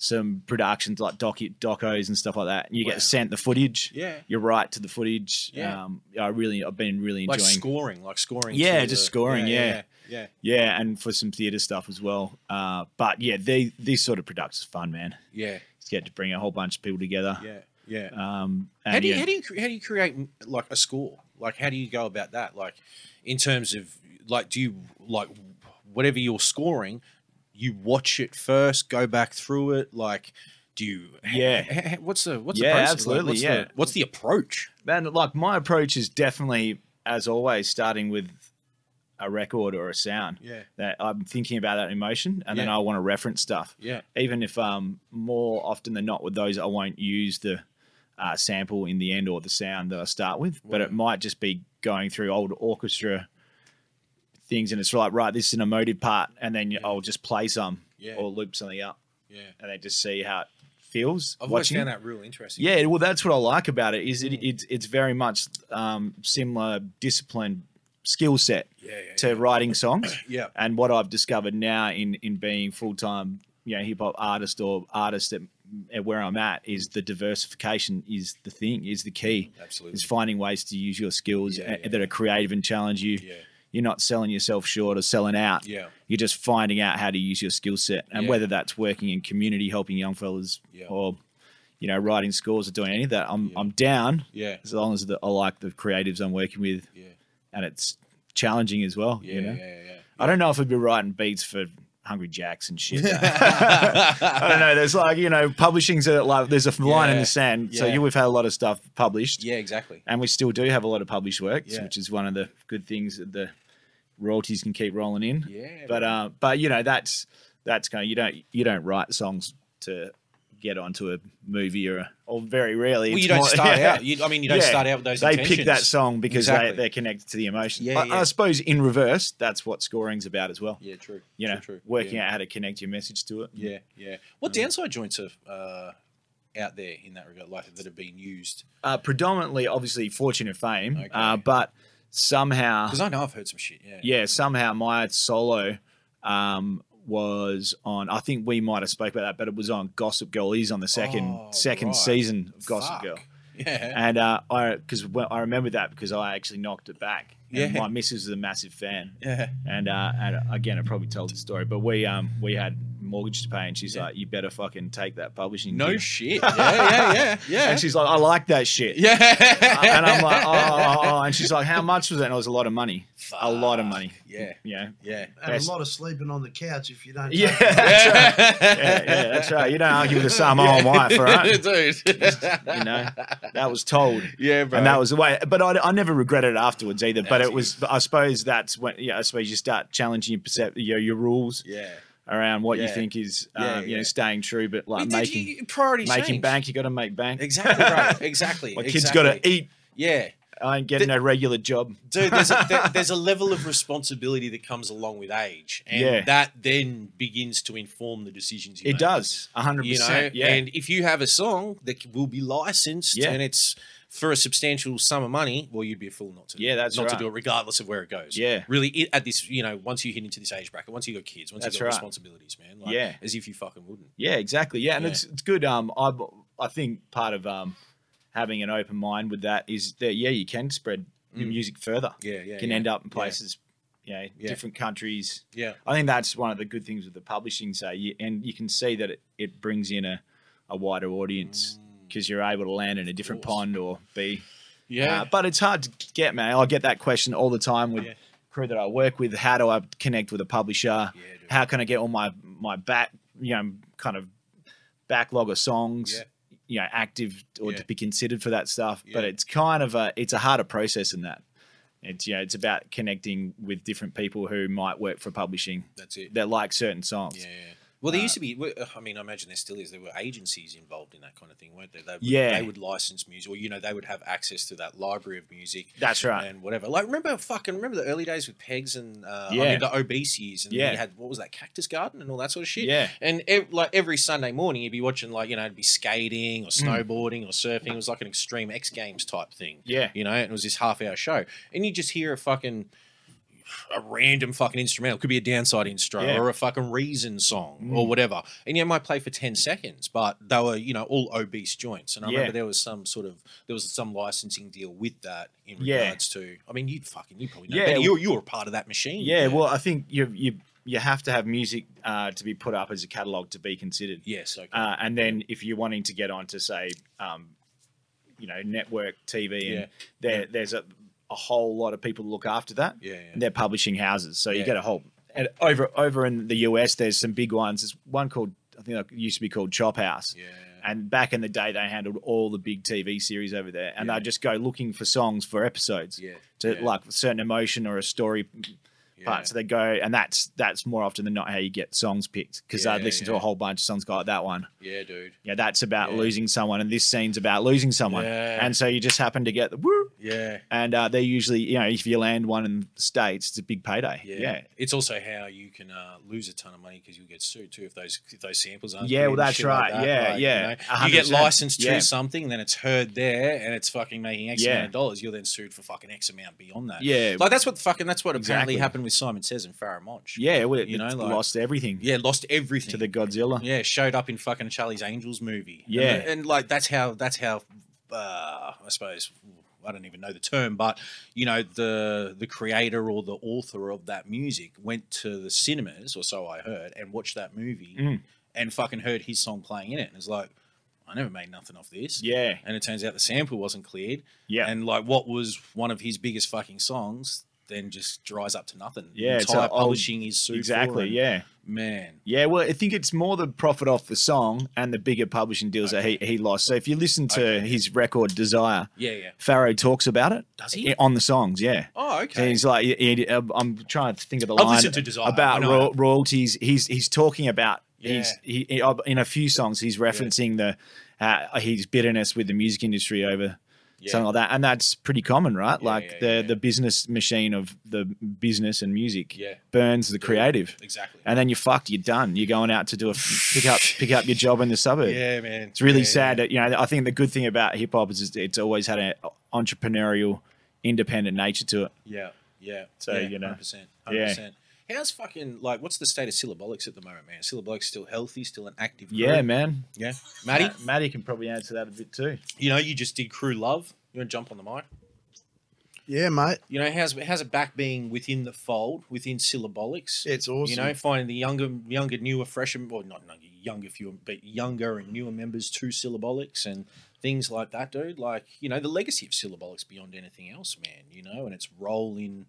D: some productions like docu docos and stuff like that. You
A: Wow.
D: get sent the footage.
A: Yeah.
D: You write to the footage.
A: Yeah.
D: Um, I really, I've been really
A: Like
D: enjoying.
A: scoring, like scoring.
D: Yeah,
A: to
D: just
A: the-
D: scoring,
A: yeah,
D: yeah.
A: yeah.
D: Yeah, and for some theatre stuff as well. Uh, but yeah, they, these sort of products are fun, man.
A: Yeah.
D: Just get to bring a whole bunch of people together.
A: Yeah. Yeah.
D: Um, and
A: how do you
D: yeah.
A: how do you cre- how do you create like a score? Like how do you go about that? Like in terms of like do you like whatever you're scoring, you watch it first, go back through it. Like do you?
D: Yeah.
A: h- h- what's the what's
D: Yeah,
A: the process? Like,
D: absolutely,
A: what's
D: yeah.
A: The, what's the approach?
D: man, like my approach is definitely, as always, starting with a record or a sound.
A: Yeah.
D: That I'm thinking about that emotion, and then
A: Yeah.
D: I want to reference stuff.
A: Yeah.
D: Even if um more often than not with those, I won't use the uh, sample in the end or the sound that I start with, but it might just be going through old orchestra things, and it's like right, this is an emotive part, and then I'll just play some
A: Yeah.
D: or loop something up,
A: Yeah.
D: and then just see how it feels.
A: I've always
D: watching
A: found
D: it.
A: that real interesting. Mm.
D: Yeah, well, that's what I like about it. Is it, it's it's very much um, similar discipline skill set
A: yeah,
D: to writing songs.
A: Yeah.
D: and what I've discovered now in in being full time, you know, hip hop artist or artist at, at where I'm at is the diversification is the thing is the key.
A: Absolutely.
D: is finding ways to use your skills
A: Yeah,
D: a-
A: yeah.
D: that are creative and challenge you.
A: Yeah.
D: You're not selling yourself short or selling out.
A: Yeah.
D: You're just finding out how to use your skill set and
A: Yeah.
D: whether that's working in community, helping young fellas
A: Yeah.
D: or you know, writing scores or doing any of that. I'm I'm down.
A: Yeah.
D: As long as the, I like the creatives I'm working with.
A: Yeah.
D: And it's challenging as well.
A: Yeah.
D: you know?
A: yeah. Yeah.
D: I don't know if I'd be writing beats for Hungry Jacks and shit. I don't know. There's like, you know, publishing's a like there's a line in
A: Yeah.
D: the sand. So
A: Yeah.
D: you, we've had a lot of stuff published.
A: Yeah. Exactly.
D: And we still do have a lot of published works,
A: Yeah.
D: which is one of the good things that the royalties can keep rolling in.
A: Yeah,
D: But uh, but you know, that's that's kind of you don't you don't write songs to get onto a movie or a, or very rarely.
A: Well,
D: it's
A: you don't
D: more-
A: start
D: Yeah.
A: out. You, I mean, you don't
D: Yeah.
A: start out with those.
D: They
A: intentions.
D: pick that song because
A: Exactly.
D: they, they're connected to the emotion.
A: Yeah,
D: I,
A: yeah.
D: I suppose in reverse, that's what scoring's about as well.
A: Yeah, true.
D: You know,
A: true, true.
D: working
A: Yeah.
D: out Mm. how to connect your message to it.
A: Yeah, yeah. What downside joints are uh, out there in that regard, like that have been used?
D: Uh, predominantly, obviously, fortune and fame,
A: Okay.
D: uh, but somehow,
A: Because I know I've heard some shit. Yeah,
D: yeah, somehow my solo um, was on. I think we might have spoke about that, but it was on Gossip Girl. He's on the second
A: Oh,
D: second
A: right.
D: season of Gossip
A: Fuck.
D: Girl.
A: Yeah.
D: And uh, I because I remember that because I actually knocked it back. And
A: Yeah.
D: My missus is a massive fan.
A: Yeah.
D: And uh, and again, I probably told the story, but we um we had mortgage to pay, and she's like, "You better fucking take that publishing."
A: No
D: gig."
A: shit. Yeah, yeah, yeah, yeah.
D: And she's like, "I like that shit." Yeah. and I'm like, "Oh, oh, oh," and she's like, "How much was that?" And it was a lot of money. A lot of money.
A: Yeah.
D: Yeah.
A: Yeah.
E: And
D: Best-
E: a lot of sleeping on the couch if you don't.
D: Yeah, that's right. Yeah, yeah, that's right. You don't argue with a Samoan wife, all right? you know, that was told.
A: Yeah, bro.
D: And that was the way. But I, I never regretted it afterwards either. but it was, I suppose that's when, yeah, I suppose you start challenging your percep- your, your rules.
A: Yeah.
D: Around what you
A: Yeah.
D: think is, um,
A: Yeah,
D: you know,
A: yeah.
D: staying true, but
A: But
D: like
A: did
D: making
A: you- priorities
D: making
A: change.
D: bank. You got to make bank.
A: Exactly right. Exactly.
D: My
A: exactly.
D: kid's got to eat.
A: Yeah.
D: I ain't getting a regular job.
A: Dude, there's a, there- there's a level of responsibility that comes along with age, and
D: Yeah.
A: that then begins to inform the decisions you
D: It
A: make.
D: does, hundred
A: you know
D: percent. Yeah.
A: and if you have a song that will be licensed
D: Yeah.
A: and it's for a substantial sum of money well you'd be a fool not to
D: Yeah, that's
A: not
D: right.
A: to do it regardless of where it goes
D: Yeah.
A: really it, at this you know once you hit into this age bracket once you got kids once
D: That's
A: you got
D: right.
A: responsibilities man like,
D: Yeah.
A: as if you fucking wouldn't
D: Yeah, exactly. Yeah, and
A: Yeah.
D: it's it's good. Um, I I think part of um having an open mind with that is that yeah, you can spread your
A: Mm.
D: music further.
A: Yeah, yeah,
D: Can
A: yeah,
D: end up in
A: yeah.
D: places, you know,
A: Yeah.
D: different countries.
A: Yeah.
D: I think that's one of the good things with the publishing. So you and you can see that it, it brings in a a wider audience
A: Mm.
D: because you're able to land in a different pond or be.
A: Yeah.
D: Uh, but it's hard to get, man. I get that question all the time with crew that I work with. How do I connect with a publisher? how can I get all my my back, you know, kind of backlog of songs, you know, active or to be considered for that stuff? But it's kind of a it's a harder process than that. It's you know, it's about connecting with different people who might work for publishing.
A: That's it.
D: That like certain songs. Yeah. Uh,
A: well there used to be well, i mean i imagine there still is there were agencies involved in that kind of thing weren't there they would,
D: Yeah.
A: they would license music or you know they would have access to that library of music
D: That's right.
A: and whatever like remember fucking remember the early days with pegs and uh,
D: Yeah.
A: I mean, the obese years and
D: Yeah.
A: you had what was that cactus garden and all that sort of shit
D: Yeah.
A: and ev- like every sunday morning you'd be watching like you know it'd be skating or
D: Mm.
A: snowboarding or surfing it was like an extreme x games type thing
D: Yeah.
A: you know and it was this half hour show and you just hear a fucking a random fucking instrumental. It could be a downside intro
D: Yeah.
A: or a fucking reason song
D: Mm.
A: or whatever. And yeah, it might play for 10 seconds, but they were, you know, all obese joints. And I
D: Yeah.
A: remember there was some sort of, there was some licensing deal with that in
D: Yeah.
A: regards to, I mean, you fucking, you probably know.
D: Yeah,
A: better.
D: well-
A: you, you were part of that machine.
D: well, I think you you you have to have music uh, to be put up as a catalog to be considered.
A: Yes. Okay.
D: Uh, and then if you're wanting to get on to say, um, you know, network TV, and
A: Yeah.
D: there there's a, a whole lot of people look after that.
A: Yeah, yeah.
D: And they're publishing houses, so you
A: Yeah.
D: get a whole. And over over in the US, there's some big ones. There's one called I think it used to be called Chop House. Yeah. And back in the day, they handled all the big TV series over there, and they'd just go looking for songs for episodes. Yeah. To like a certain emotion or a story. Part. So they go, and that's that's more often than not how you get songs picked because
A: Yeah,
D: I'd listen to a whole bunch of songs go like that one
A: yeah, dude.
D: yeah, that's about losing someone, and this scene's about losing someone.
A: Yeah.
D: And so you just happen to get the woo.
A: Yeah.
D: And uh, they usually, you know, if you land one in the States, it's a big payday. Yeah. Yeah,
A: It's also how you can uh, lose a ton of money because you'll get sued too if those if those samples aren't.
D: Yeah,
A: put
D: well,
A: in,
D: that's
A: shit like
D: right.
A: that,
D: Yeah,
A: like, You,
D: yeah.
A: know,
D: A
A: you get
D: hundred percent.
A: licensed to
D: Yeah.
A: something, then it's heard there, and it's fucking making X
D: Yeah.
A: amount of dollars. You're then sued for fucking X amount beyond that.
D: Yeah.
A: like that's what fucking that's what apparently
D: Exactly.
A: happened with Simon Says and Farrah Monch.
D: well, it,
A: You know,
D: it's
A: like-
D: lost everything
A: Yeah, lost everything.
D: to the Godzilla.
A: Yeah, showed up in fucking Charlie's Angels movie. And
D: Yeah.
A: the- and, like that's how that's how uh, I suppose I don't even know the term, but you know the the creator or the author of that music went to the cinemas, or so I heard, and watched that movie
D: Mm.
A: and fucking heard his song playing in it, and it's like. I never made nothing off this.
D: Yeah.
A: And it turns out the sample wasn't cleared.
D: Yeah.
A: And like what was one of his biggest fucking songs then just dries up to nothing.
D: Yeah, it's
A: Entire
D: a old-
A: publishing is sued for
D: Exactly.
A: and-
D: Yeah.
A: Man.
D: Yeah. Well, I think it's more the profit off the song and the bigger publishing deals that he, he lost. So if you listen to his record Desire,
A: Yeah, yeah.
D: Farrow talks about it.
A: Does he?
D: on the songs? Yeah.
A: Oh,
D: So
A: okay.
D: he's like, he- he- I'm trying to think of the
A: I've
D: line
A: listened to Desire, I
D: about
A: know
D: ro-
A: that.
D: royalties. He's he's talking about he's he, he- uh, in a few songs he's referencing the uh, his bitterness with the music industry over something like that, and that's pretty common, right? like the the business machine of the business and music
A: Yeah.
D: burns the creative
A: Exactly.
D: and then you're fucked. You're done. You're going out to do a pick up pick up your job in the suburb.
A: Yeah, man.
D: It's really
A: Yeah,
D: sad that you know. I think the good thing about hip hop is it's- it's always had an entrepreneurial, independent nature to it.
A: Yeah, yeah.
D: So,
A: yeah,
D: you know,
A: 100%, 100%.
D: yeah.
A: How's fucking like what's the state of syllabolics at the moment, man? Syllabolics still healthy, still an active.
D: Yeah,
A: group?
D: man.
A: Yeah, Matty.
D: Ma- Matty can probably answer that a bit too.
A: You know, you just did crew love. You want to jump on the mic?
E: Yeah, mate.
A: You know, how's how's it back being within the fold, within syllabolics?
E: It's awesome.
A: You know, finding the younger, younger, newer, fresher, well, not younger, younger, fewer, but younger and newer members to syllabolics and things like that, dude. Like, you know, the legacy of syllabolics beyond anything else, man. You know, and its role in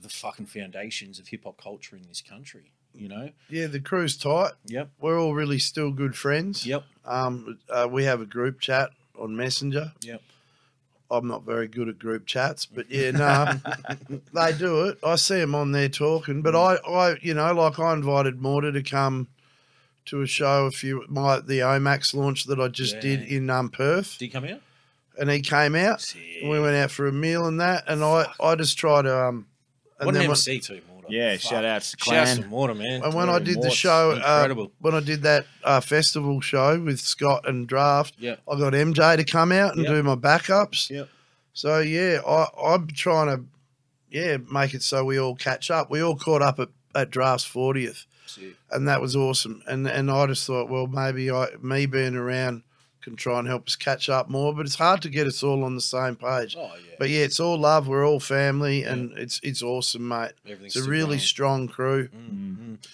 A: the fucking foundations of hip hop culture in this country. You know,
E: Yeah, the crew's tight.
A: Yep.
E: We're all really still good friends.
A: Yep.
E: Um, uh, we have a group chat on Messenger.
A: Yep.
E: I'm not very good at group chats, but yeah, no, they do it. I see them on there talking, but
A: Mm.
E: I, I, you know, like I invited Mortar to come to a show a few my the Omax launch that I just did
A: Yeah.
E: in um, Perth,
A: did you come out?
E: and he came out. and we went out for a meal and that, and I, I just try to um. And
A: what an
E: then when-
A: MC too, Mortar.
D: Yeah, shout outs to
A: Shout out
D: Clan.
A: to Mortar, man.
E: And when I did the
A: Mort's
E: show, uh,
A: incredible.
E: when I did that uh, festival show with Scott and Draft,
A: Yep.
E: I got MJ to come out and
A: Yep.
E: do my backups.
A: Yep.
E: So yeah, I, I'm trying to, yeah, make it so we all catch up. We all caught up at, at Draft's fortieth,
A: Sick.
E: and that was awesome. And and I just thought, well, maybe I me being around can try and help us catch up more. But it's hard to get us all on the same page.
A: Oh yeah.
E: But yeah, it's all love. We're all family, and it's it's awesome, mate.
A: Everything's
E: It's a
A: super
E: really
A: aligned.
E: strong crew.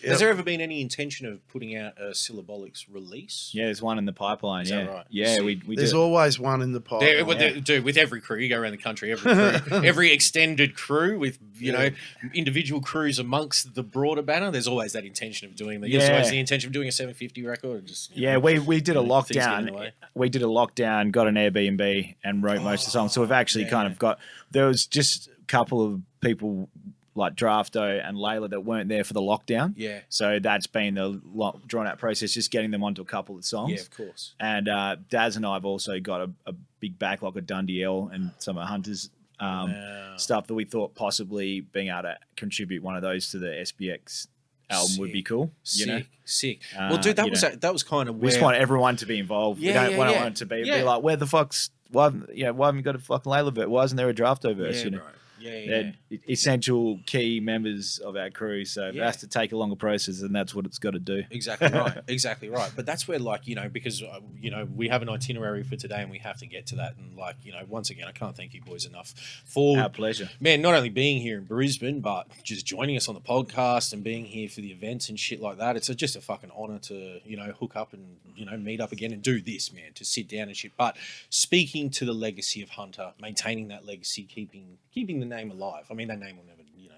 E: Yep.
A: Has there ever been any intention of putting out a syllabolics release?
D: Yeah, there's one in the pipeline.
A: Is
D: yeah,
A: that right?
D: yeah, we, we
E: There's
D: do.
E: always one in the pot.
A: There, well, there- dude, with every crew, you go around the country, every crew, every extended crew with you know individual crews amongst the broader banner. There's always that intention of doing that. There's
D: Yeah.
A: always the intention of doing a 750 record. And just you
D: yeah,
A: know,
D: we, we did a
A: things get in the
D: lockdown.
A: way.
D: We did a lockdown, got an Airbnb, and wrote most of the songs. So we've actually kind of got there was just a couple of people like Drafto and Layla that weren't there for the lockdown.
A: Yeah.
D: So that's been the long, drawn out process, just getting them onto a couple of songs.
A: Yeah, of course.
D: And uh, Daz and I have also got a, a big backlog of Dundee L and some of Hunter's um,
A: Wow.
D: stuff that we thought possibly being able to contribute one of those to the SBX album would be
A: Sick.
D: cool. You
A: Sick,
D: know?
A: sick.
D: Uh,
A: well, dude, that
D: you
A: was
D: know.
A: a, that was kind of
D: We just want everyone to be involved. we
A: Yeah,
D: don't,
A: yeah,
D: we don't
A: yeah.
D: want it to be,
A: Yeah.
D: be like, where the fuck's why? Haven't, you know, why haven't you got a fucking Layla verse? Why isn't there a draft verse?
A: yeah,
D: you know,
A: bro. yeah, yeah, yeah.
D: they're e-, essential key members of our crew, so it
A: Yeah.
D: has to take a longer process, and that's what it's got to do.
A: Exactly right. Exactly right. But that's where, like, you know, because uh, you know we have an itinerary for today, and we have to get to that. And like, you know, once again, I can't thank you boys enough for
D: Our pleasure.
A: man, not only being here in Brisbane, but just joining us on the podcast and being here for the events and shit like that. It's a, just a fucking honor to, you know, hook up and, you know, meet up again and do this, man, to sit down and shit. But speaking to the legacy of Hunter, maintaining that legacy, keeping keeping the name alive. I mean, that name will never, you know,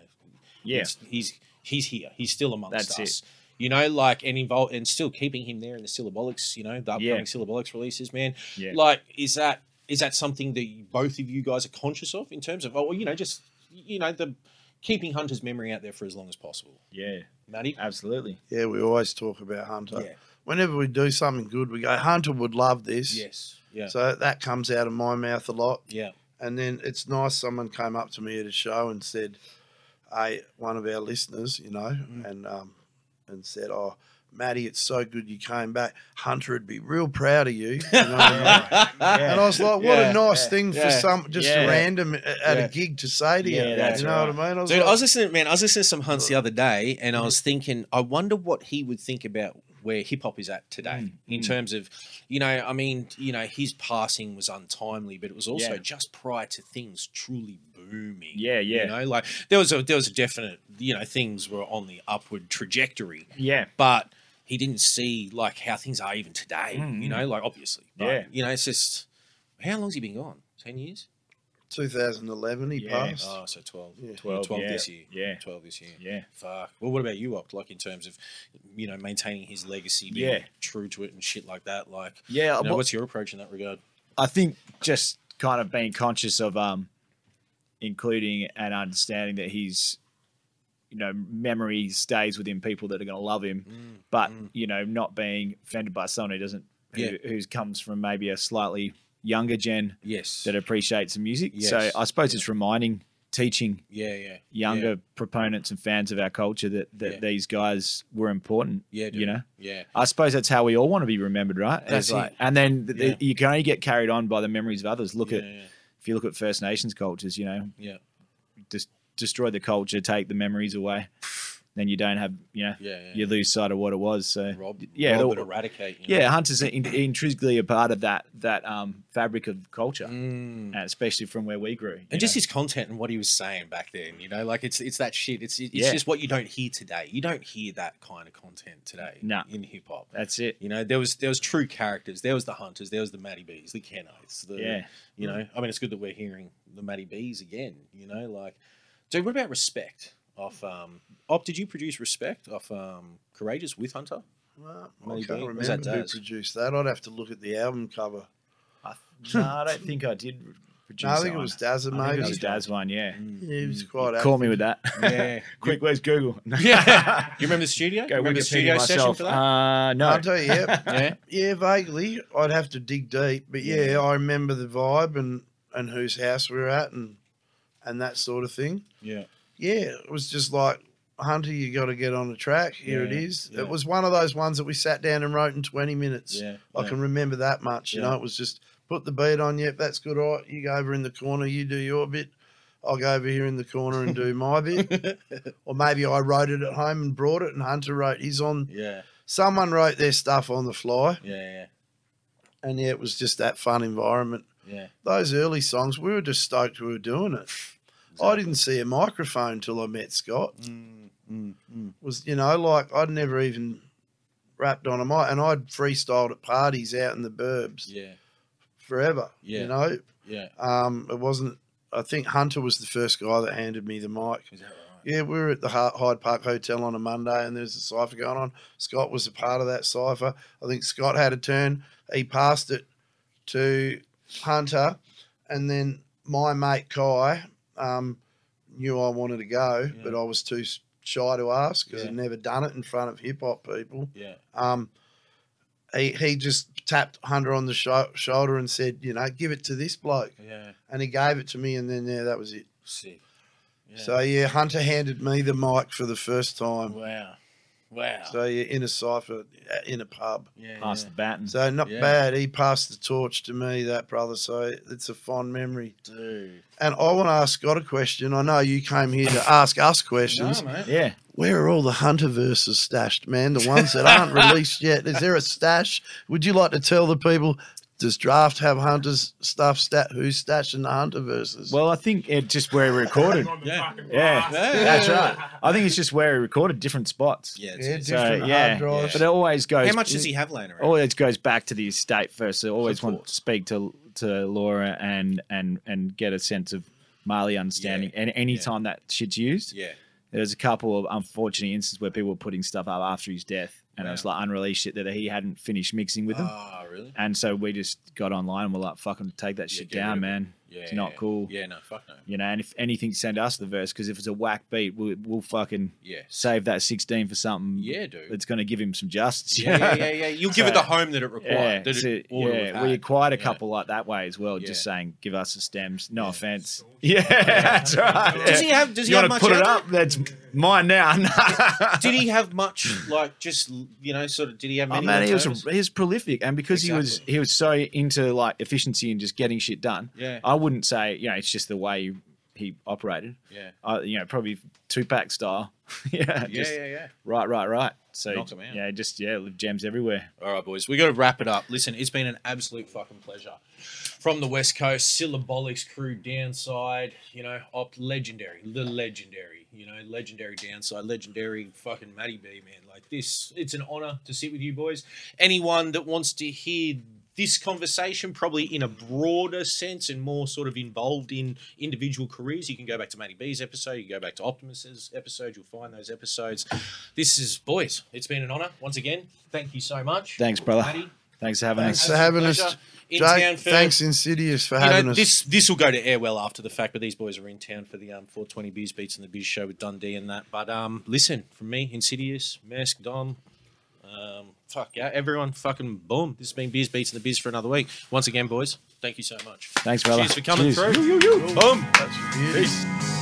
D: Yeah.
A: it's- he's he's here. He's still amongst
D: That's
A: us. You know, like and involved and still keeping him there in the syllabolics. You know, the upcoming
D: Yeah.
A: syllabolics releases, man.
D: Yeah.
A: Like, is that is that something that you- both of you guys are conscious of in terms of, oh, you know, just you know, the keeping Hunter's memory out there for as long as possible,
D: Yeah,
A: Matty.
D: absolutely.
E: Yeah, we always talk about Hunter.
A: Yeah.
E: Whenever we do something good, we go, Hunter would love this.
A: Yes. Yeah.
E: So that comes out of my mouth a lot.
A: yeah.
E: And then it's nice someone came up to me at a show and said, Hey, one of our listeners, you know,
A: Mm-hmm.
E: and um, and said, Oh, Maddie, it's so good you came back. Hunter would be real proud of you. you know what I mean? And I was like, what
A: Yeah,
E: a nice
A: yeah,
E: thing for
A: yeah,
E: some, just a
D: yeah.
E: random at
A: Yeah.
E: a gig to say to
D: Yeah,
E: you.
D: that's
E: you know
D: right.
E: what I mean? I was
A: Dude,
E: like, Mm-hmm.
A: I was listening, man. I was listening to some hunts the other day, and I was thinking, I wonder what he would think about where hip hop is at
E: Mm,
A: today in terms of, you know, I mean, you know, his passing was untimely, but it was also
D: Yeah.
A: just prior to things truly booming.
D: Yeah, yeah.
A: You know, like there was a there was a definite, you know, things were on the upward trajectory,
D: Yeah,
A: but he didn't see like how things are even today. You know, like obviously, but,
D: Mm, Yeah.
A: You know, it's just how long's he been gone? Ten years?
E: 2011, he
D: Yeah.
E: passed.
A: Oh, so 12.
E: Yeah.
D: 12, yeah,
A: this year.
D: yeah.
A: 12 this year.
D: yeah.
A: Fuck. Well, what about you, Oct? Like in terms of, you know, maintaining his legacy, being
D: Yeah.
A: true to it and shit like that. Like,
D: Yeah,
A: you know,
D: what-
A: what's your approach in that regard?
D: I think just kind of being conscious of um, including and understanding that he's, you know, memory stays within people that are going to love him,
A: Mm,
D: but you know, not being offended by someone who doesn't, who
A: Yeah.
D: who's comes from maybe a slightly younger gen
A: Yes.
D: that appreciates the music. So
A: Yes.
D: I suppose it's reminding, teaching
A: yeah, yeah,
D: younger proponents and fans of our culture that that
A: Yeah.
D: these guys were important.
A: Yeah, yeah dude.
D: you know.
A: yeah,
D: I suppose that's how we all want to be remembered, right?
A: That's
D: It's
A: right.
D: And then th- th-
A: Yeah.
D: you can only get carried on by the memories of others. Look
A: yeah,
D: at if you look at First Nations cultures, you know,
A: yeah,
D: just destroy the culture, take the memories away. then you don't have you know
A: Yeah, yeah.
D: you lose sight of what it was. So
A: Rob-
D: yeah,
A: Rob
D: it'll-
A: would eradicate, you know.
D: Yeah, hunters are in, intrinsically a part of that that um, fabric of culture, and especially from where we grew.
A: Mm. And just his content and what he was saying back then, you know, like it's it's that shit. It's it's
D: Yeah.
A: just what you don't hear today. You don't hear that kind of content today
D: Nah.
A: in hip hop.
D: That's it.
A: You know, there was there was true characters. There was the Hunters. There was the Matty Bees, the Kenites. The,
D: Yeah. Mm.
A: You know, I mean, it's good that we're hearing the Matty Bees again. You know, like, dude, what about respect? Off, um, Op, did you produce respect off um, Courageous with Hunter?
E: Well, I
A: Matty
E: can't
A: B?
E: remember
A: Was that
E: who
A: Daz?
E: produced that. I'd have to look at the album cover.
D: no, I don't think I did produce.
E: No, I think
D: that
E: it
D: one.
E: was Daz and
D: I think it
E: maybe.
D: was a Daz one.
A: Mm.
D: Yeah,
E: Yeah, he was
D: Call
E: quite. active.
D: me with that.
E: Yeah.
D: quick. Where's Google?
A: Yeah. you remember the studio?
D: Go
A: You remember the
D: Wikipedia
A: studio session
D: myself.
A: for that?
D: Uh, no.
E: I'll tell you, yeah.
A: Yeah?
E: yeah. vaguely. I'd have to dig deep. But yeah, I remember the vibe and, and whose house we were at and and that sort of thing.
A: Yeah.
E: Yeah, it was just like, Hunter, you got to get on the track. Here it
A: Yeah,
E: is.
A: yeah.
E: It was one of those ones that we sat down and wrote in 20 minutes.
A: Yeah,
E: I
A: yeah.
E: can remember that much. You
A: Yeah.
E: know, it was just put the beat on. Yep, that's good. All right, you go over in the corner, you do your bit. I'll go over here in the corner and do my bit. or maybe I wrote it at home and brought it, and Hunter wrote his on.
A: Yeah.
E: Someone wrote their stuff on the fly.
A: Yeah, yeah,
E: And yeah, it was just that fun environment.
A: yeah.
E: Those early songs, we were just stoked we were doing it. I didn't see a microphone till I met Scott.
A: Mm,
E: Was you know like I'd never even rapped on a mic, and I'd freestyled at parties out in the burbs
A: Yeah.
E: forever.
A: Yeah.
E: You know,
A: Yeah.
E: um, it wasn't. I think Hunter was the first guy that handed me the mic. Yeah, we were at the Hy- Hyde Park Hotel on a Monday, and there was a cipher going on. Scott was a part of that cipher. I think Scott had a turn. He passed it to Hunter, and then my mate Kai um, knew I wanted to go, but I was too s- shy to ask because
A: Yeah.
E: I'd never done it in front of hip hop people.
A: Yeah.
E: Um, he, he just tapped Hunter on the sho- shoulder and said, you know, give it to this bloke.
A: Yeah.
E: And he gave it to me, and then yeah, that was it.
A: Sick. Yeah.
E: So yeah, Hunter handed me the mic for the first time.
A: Wow. Wow.
E: So yeah, in a cipher, uh, in a pub.
A: Yeah,
D: Passed yeah. the baton.
E: So not
D: Yeah.
E: bad. He passed the torch to me, that brother. So it's a fond memory.
A: Dude.
E: And I want to ask Scott a question. I know you came here to ask us questions.
A: mate.
D: Yeah.
E: Where are all the Hunter verses stashed, man? The ones that aren't released yet. Is there a stash? Would you like to tell the people? Does Draft have Hunter's stuff? Stat who's stashing the Hunter verses?
D: Well, I think it just where he recorded.
A: yeah.
D: Yeah,
E: Yeah.
D: that's right. I think it's just where he recorded different spots.
A: Yeah,
E: it's- Yeah, different hard drives.
D: But uh, it always goes.
A: How much does he have laying around?
D: Always goes back to the estate first. So I always want to speak to to Laura and and and get a sense of Marley understanding. And any time that shit's used,
A: Yeah.
D: there's a couple of unfortunate instances where people were putting stuff up after his death, and
A: Wow.
D: it was like unreleased shit that he hadn't finished mixing with them.
A: Oh, really?
D: And so we just got online and we're like, fucking take that shit
A: get rid
D: down,
A: of it.
D: man.
A: Yeah,
D: it's not
A: yeah.
D: cool.
A: Yeah, no, fuck no.
D: You know, and if anything, send us the verse because if it's a whack beat, we'll, we'll fucking
A: Yeah.
D: save that 16 for something.
A: Yeah, dude.
D: That's going to give him some justice.
A: Yeah, yeah, yeah, yeah. You'll give it the home that it required,
D: Yeah,
A: that it
D: so-
A: ought to have
D: yeah. we
A: had.
D: acquired a couple like that way as well, just
A: Yeah.
D: saying, give us the stems. No offense. Yeah, that's right.
A: Does he
D: Yeah.
A: have- does he
D: You
A: have
D: wanna
A: much
D: put it
A: out
D: up? That's mine now.
A: did he have much, like, just, you know, sort of, did he have
D: Oh
A: many?
D: man, he was,
A: alternatives?
D: he was prolific, and because he was he was so into like efficiency and just getting shit done.
A: Yeah.
D: I wouldn't say you know it's just the way he operated.
A: Yeah.
D: I, you know probably two pack style. yeah,
A: Yeah,
D: just
A: yeah, yeah.
D: Right, right, right. So
A: Knock 'em out.
D: yeah, just yeah, gems everywhere.
A: All right, boys, we got to wrap it up. Listen, it's been an absolute fucking pleasure. From the West Coast, Syllabolics crew, downside, you know, op legendary, the legendary, you know, legendary downside, legendary fucking Matty B, man. Like this, it's an honor to sit with you boys. Anyone that wants to hear this conversation, probably in a broader sense and more sort of involved in individual careers, you can go back to Matty B's episode, you can go back to Optimus's episode, you'll find those episodes. This is, boys, it's been an honor once again. Thank you so much.
D: Thanks, brother.
A: Matty,
D: Thanks for having
E: Thanks
D: us.
E: for having us.
A: Pleasure. In town
E: Jake,
A: for-
E: thanks, Insidious, for
A: you
E: having
A: know,
E: us.
A: This this will go to air well after the fact, but these boys are in town for the um, 420 Beers Beats and the Biz Show with Dundee and that. But um, listen, from me, Insidious, Mask, Dom, um, fuck yeah, everyone, fucking boom. This has been Beers Beats and the Biz for another week. Once again, boys, thank you so much.
D: Thanks, brother.
A: Cheers for coming
D: Cheers.
A: through. Boom.
E: Peace.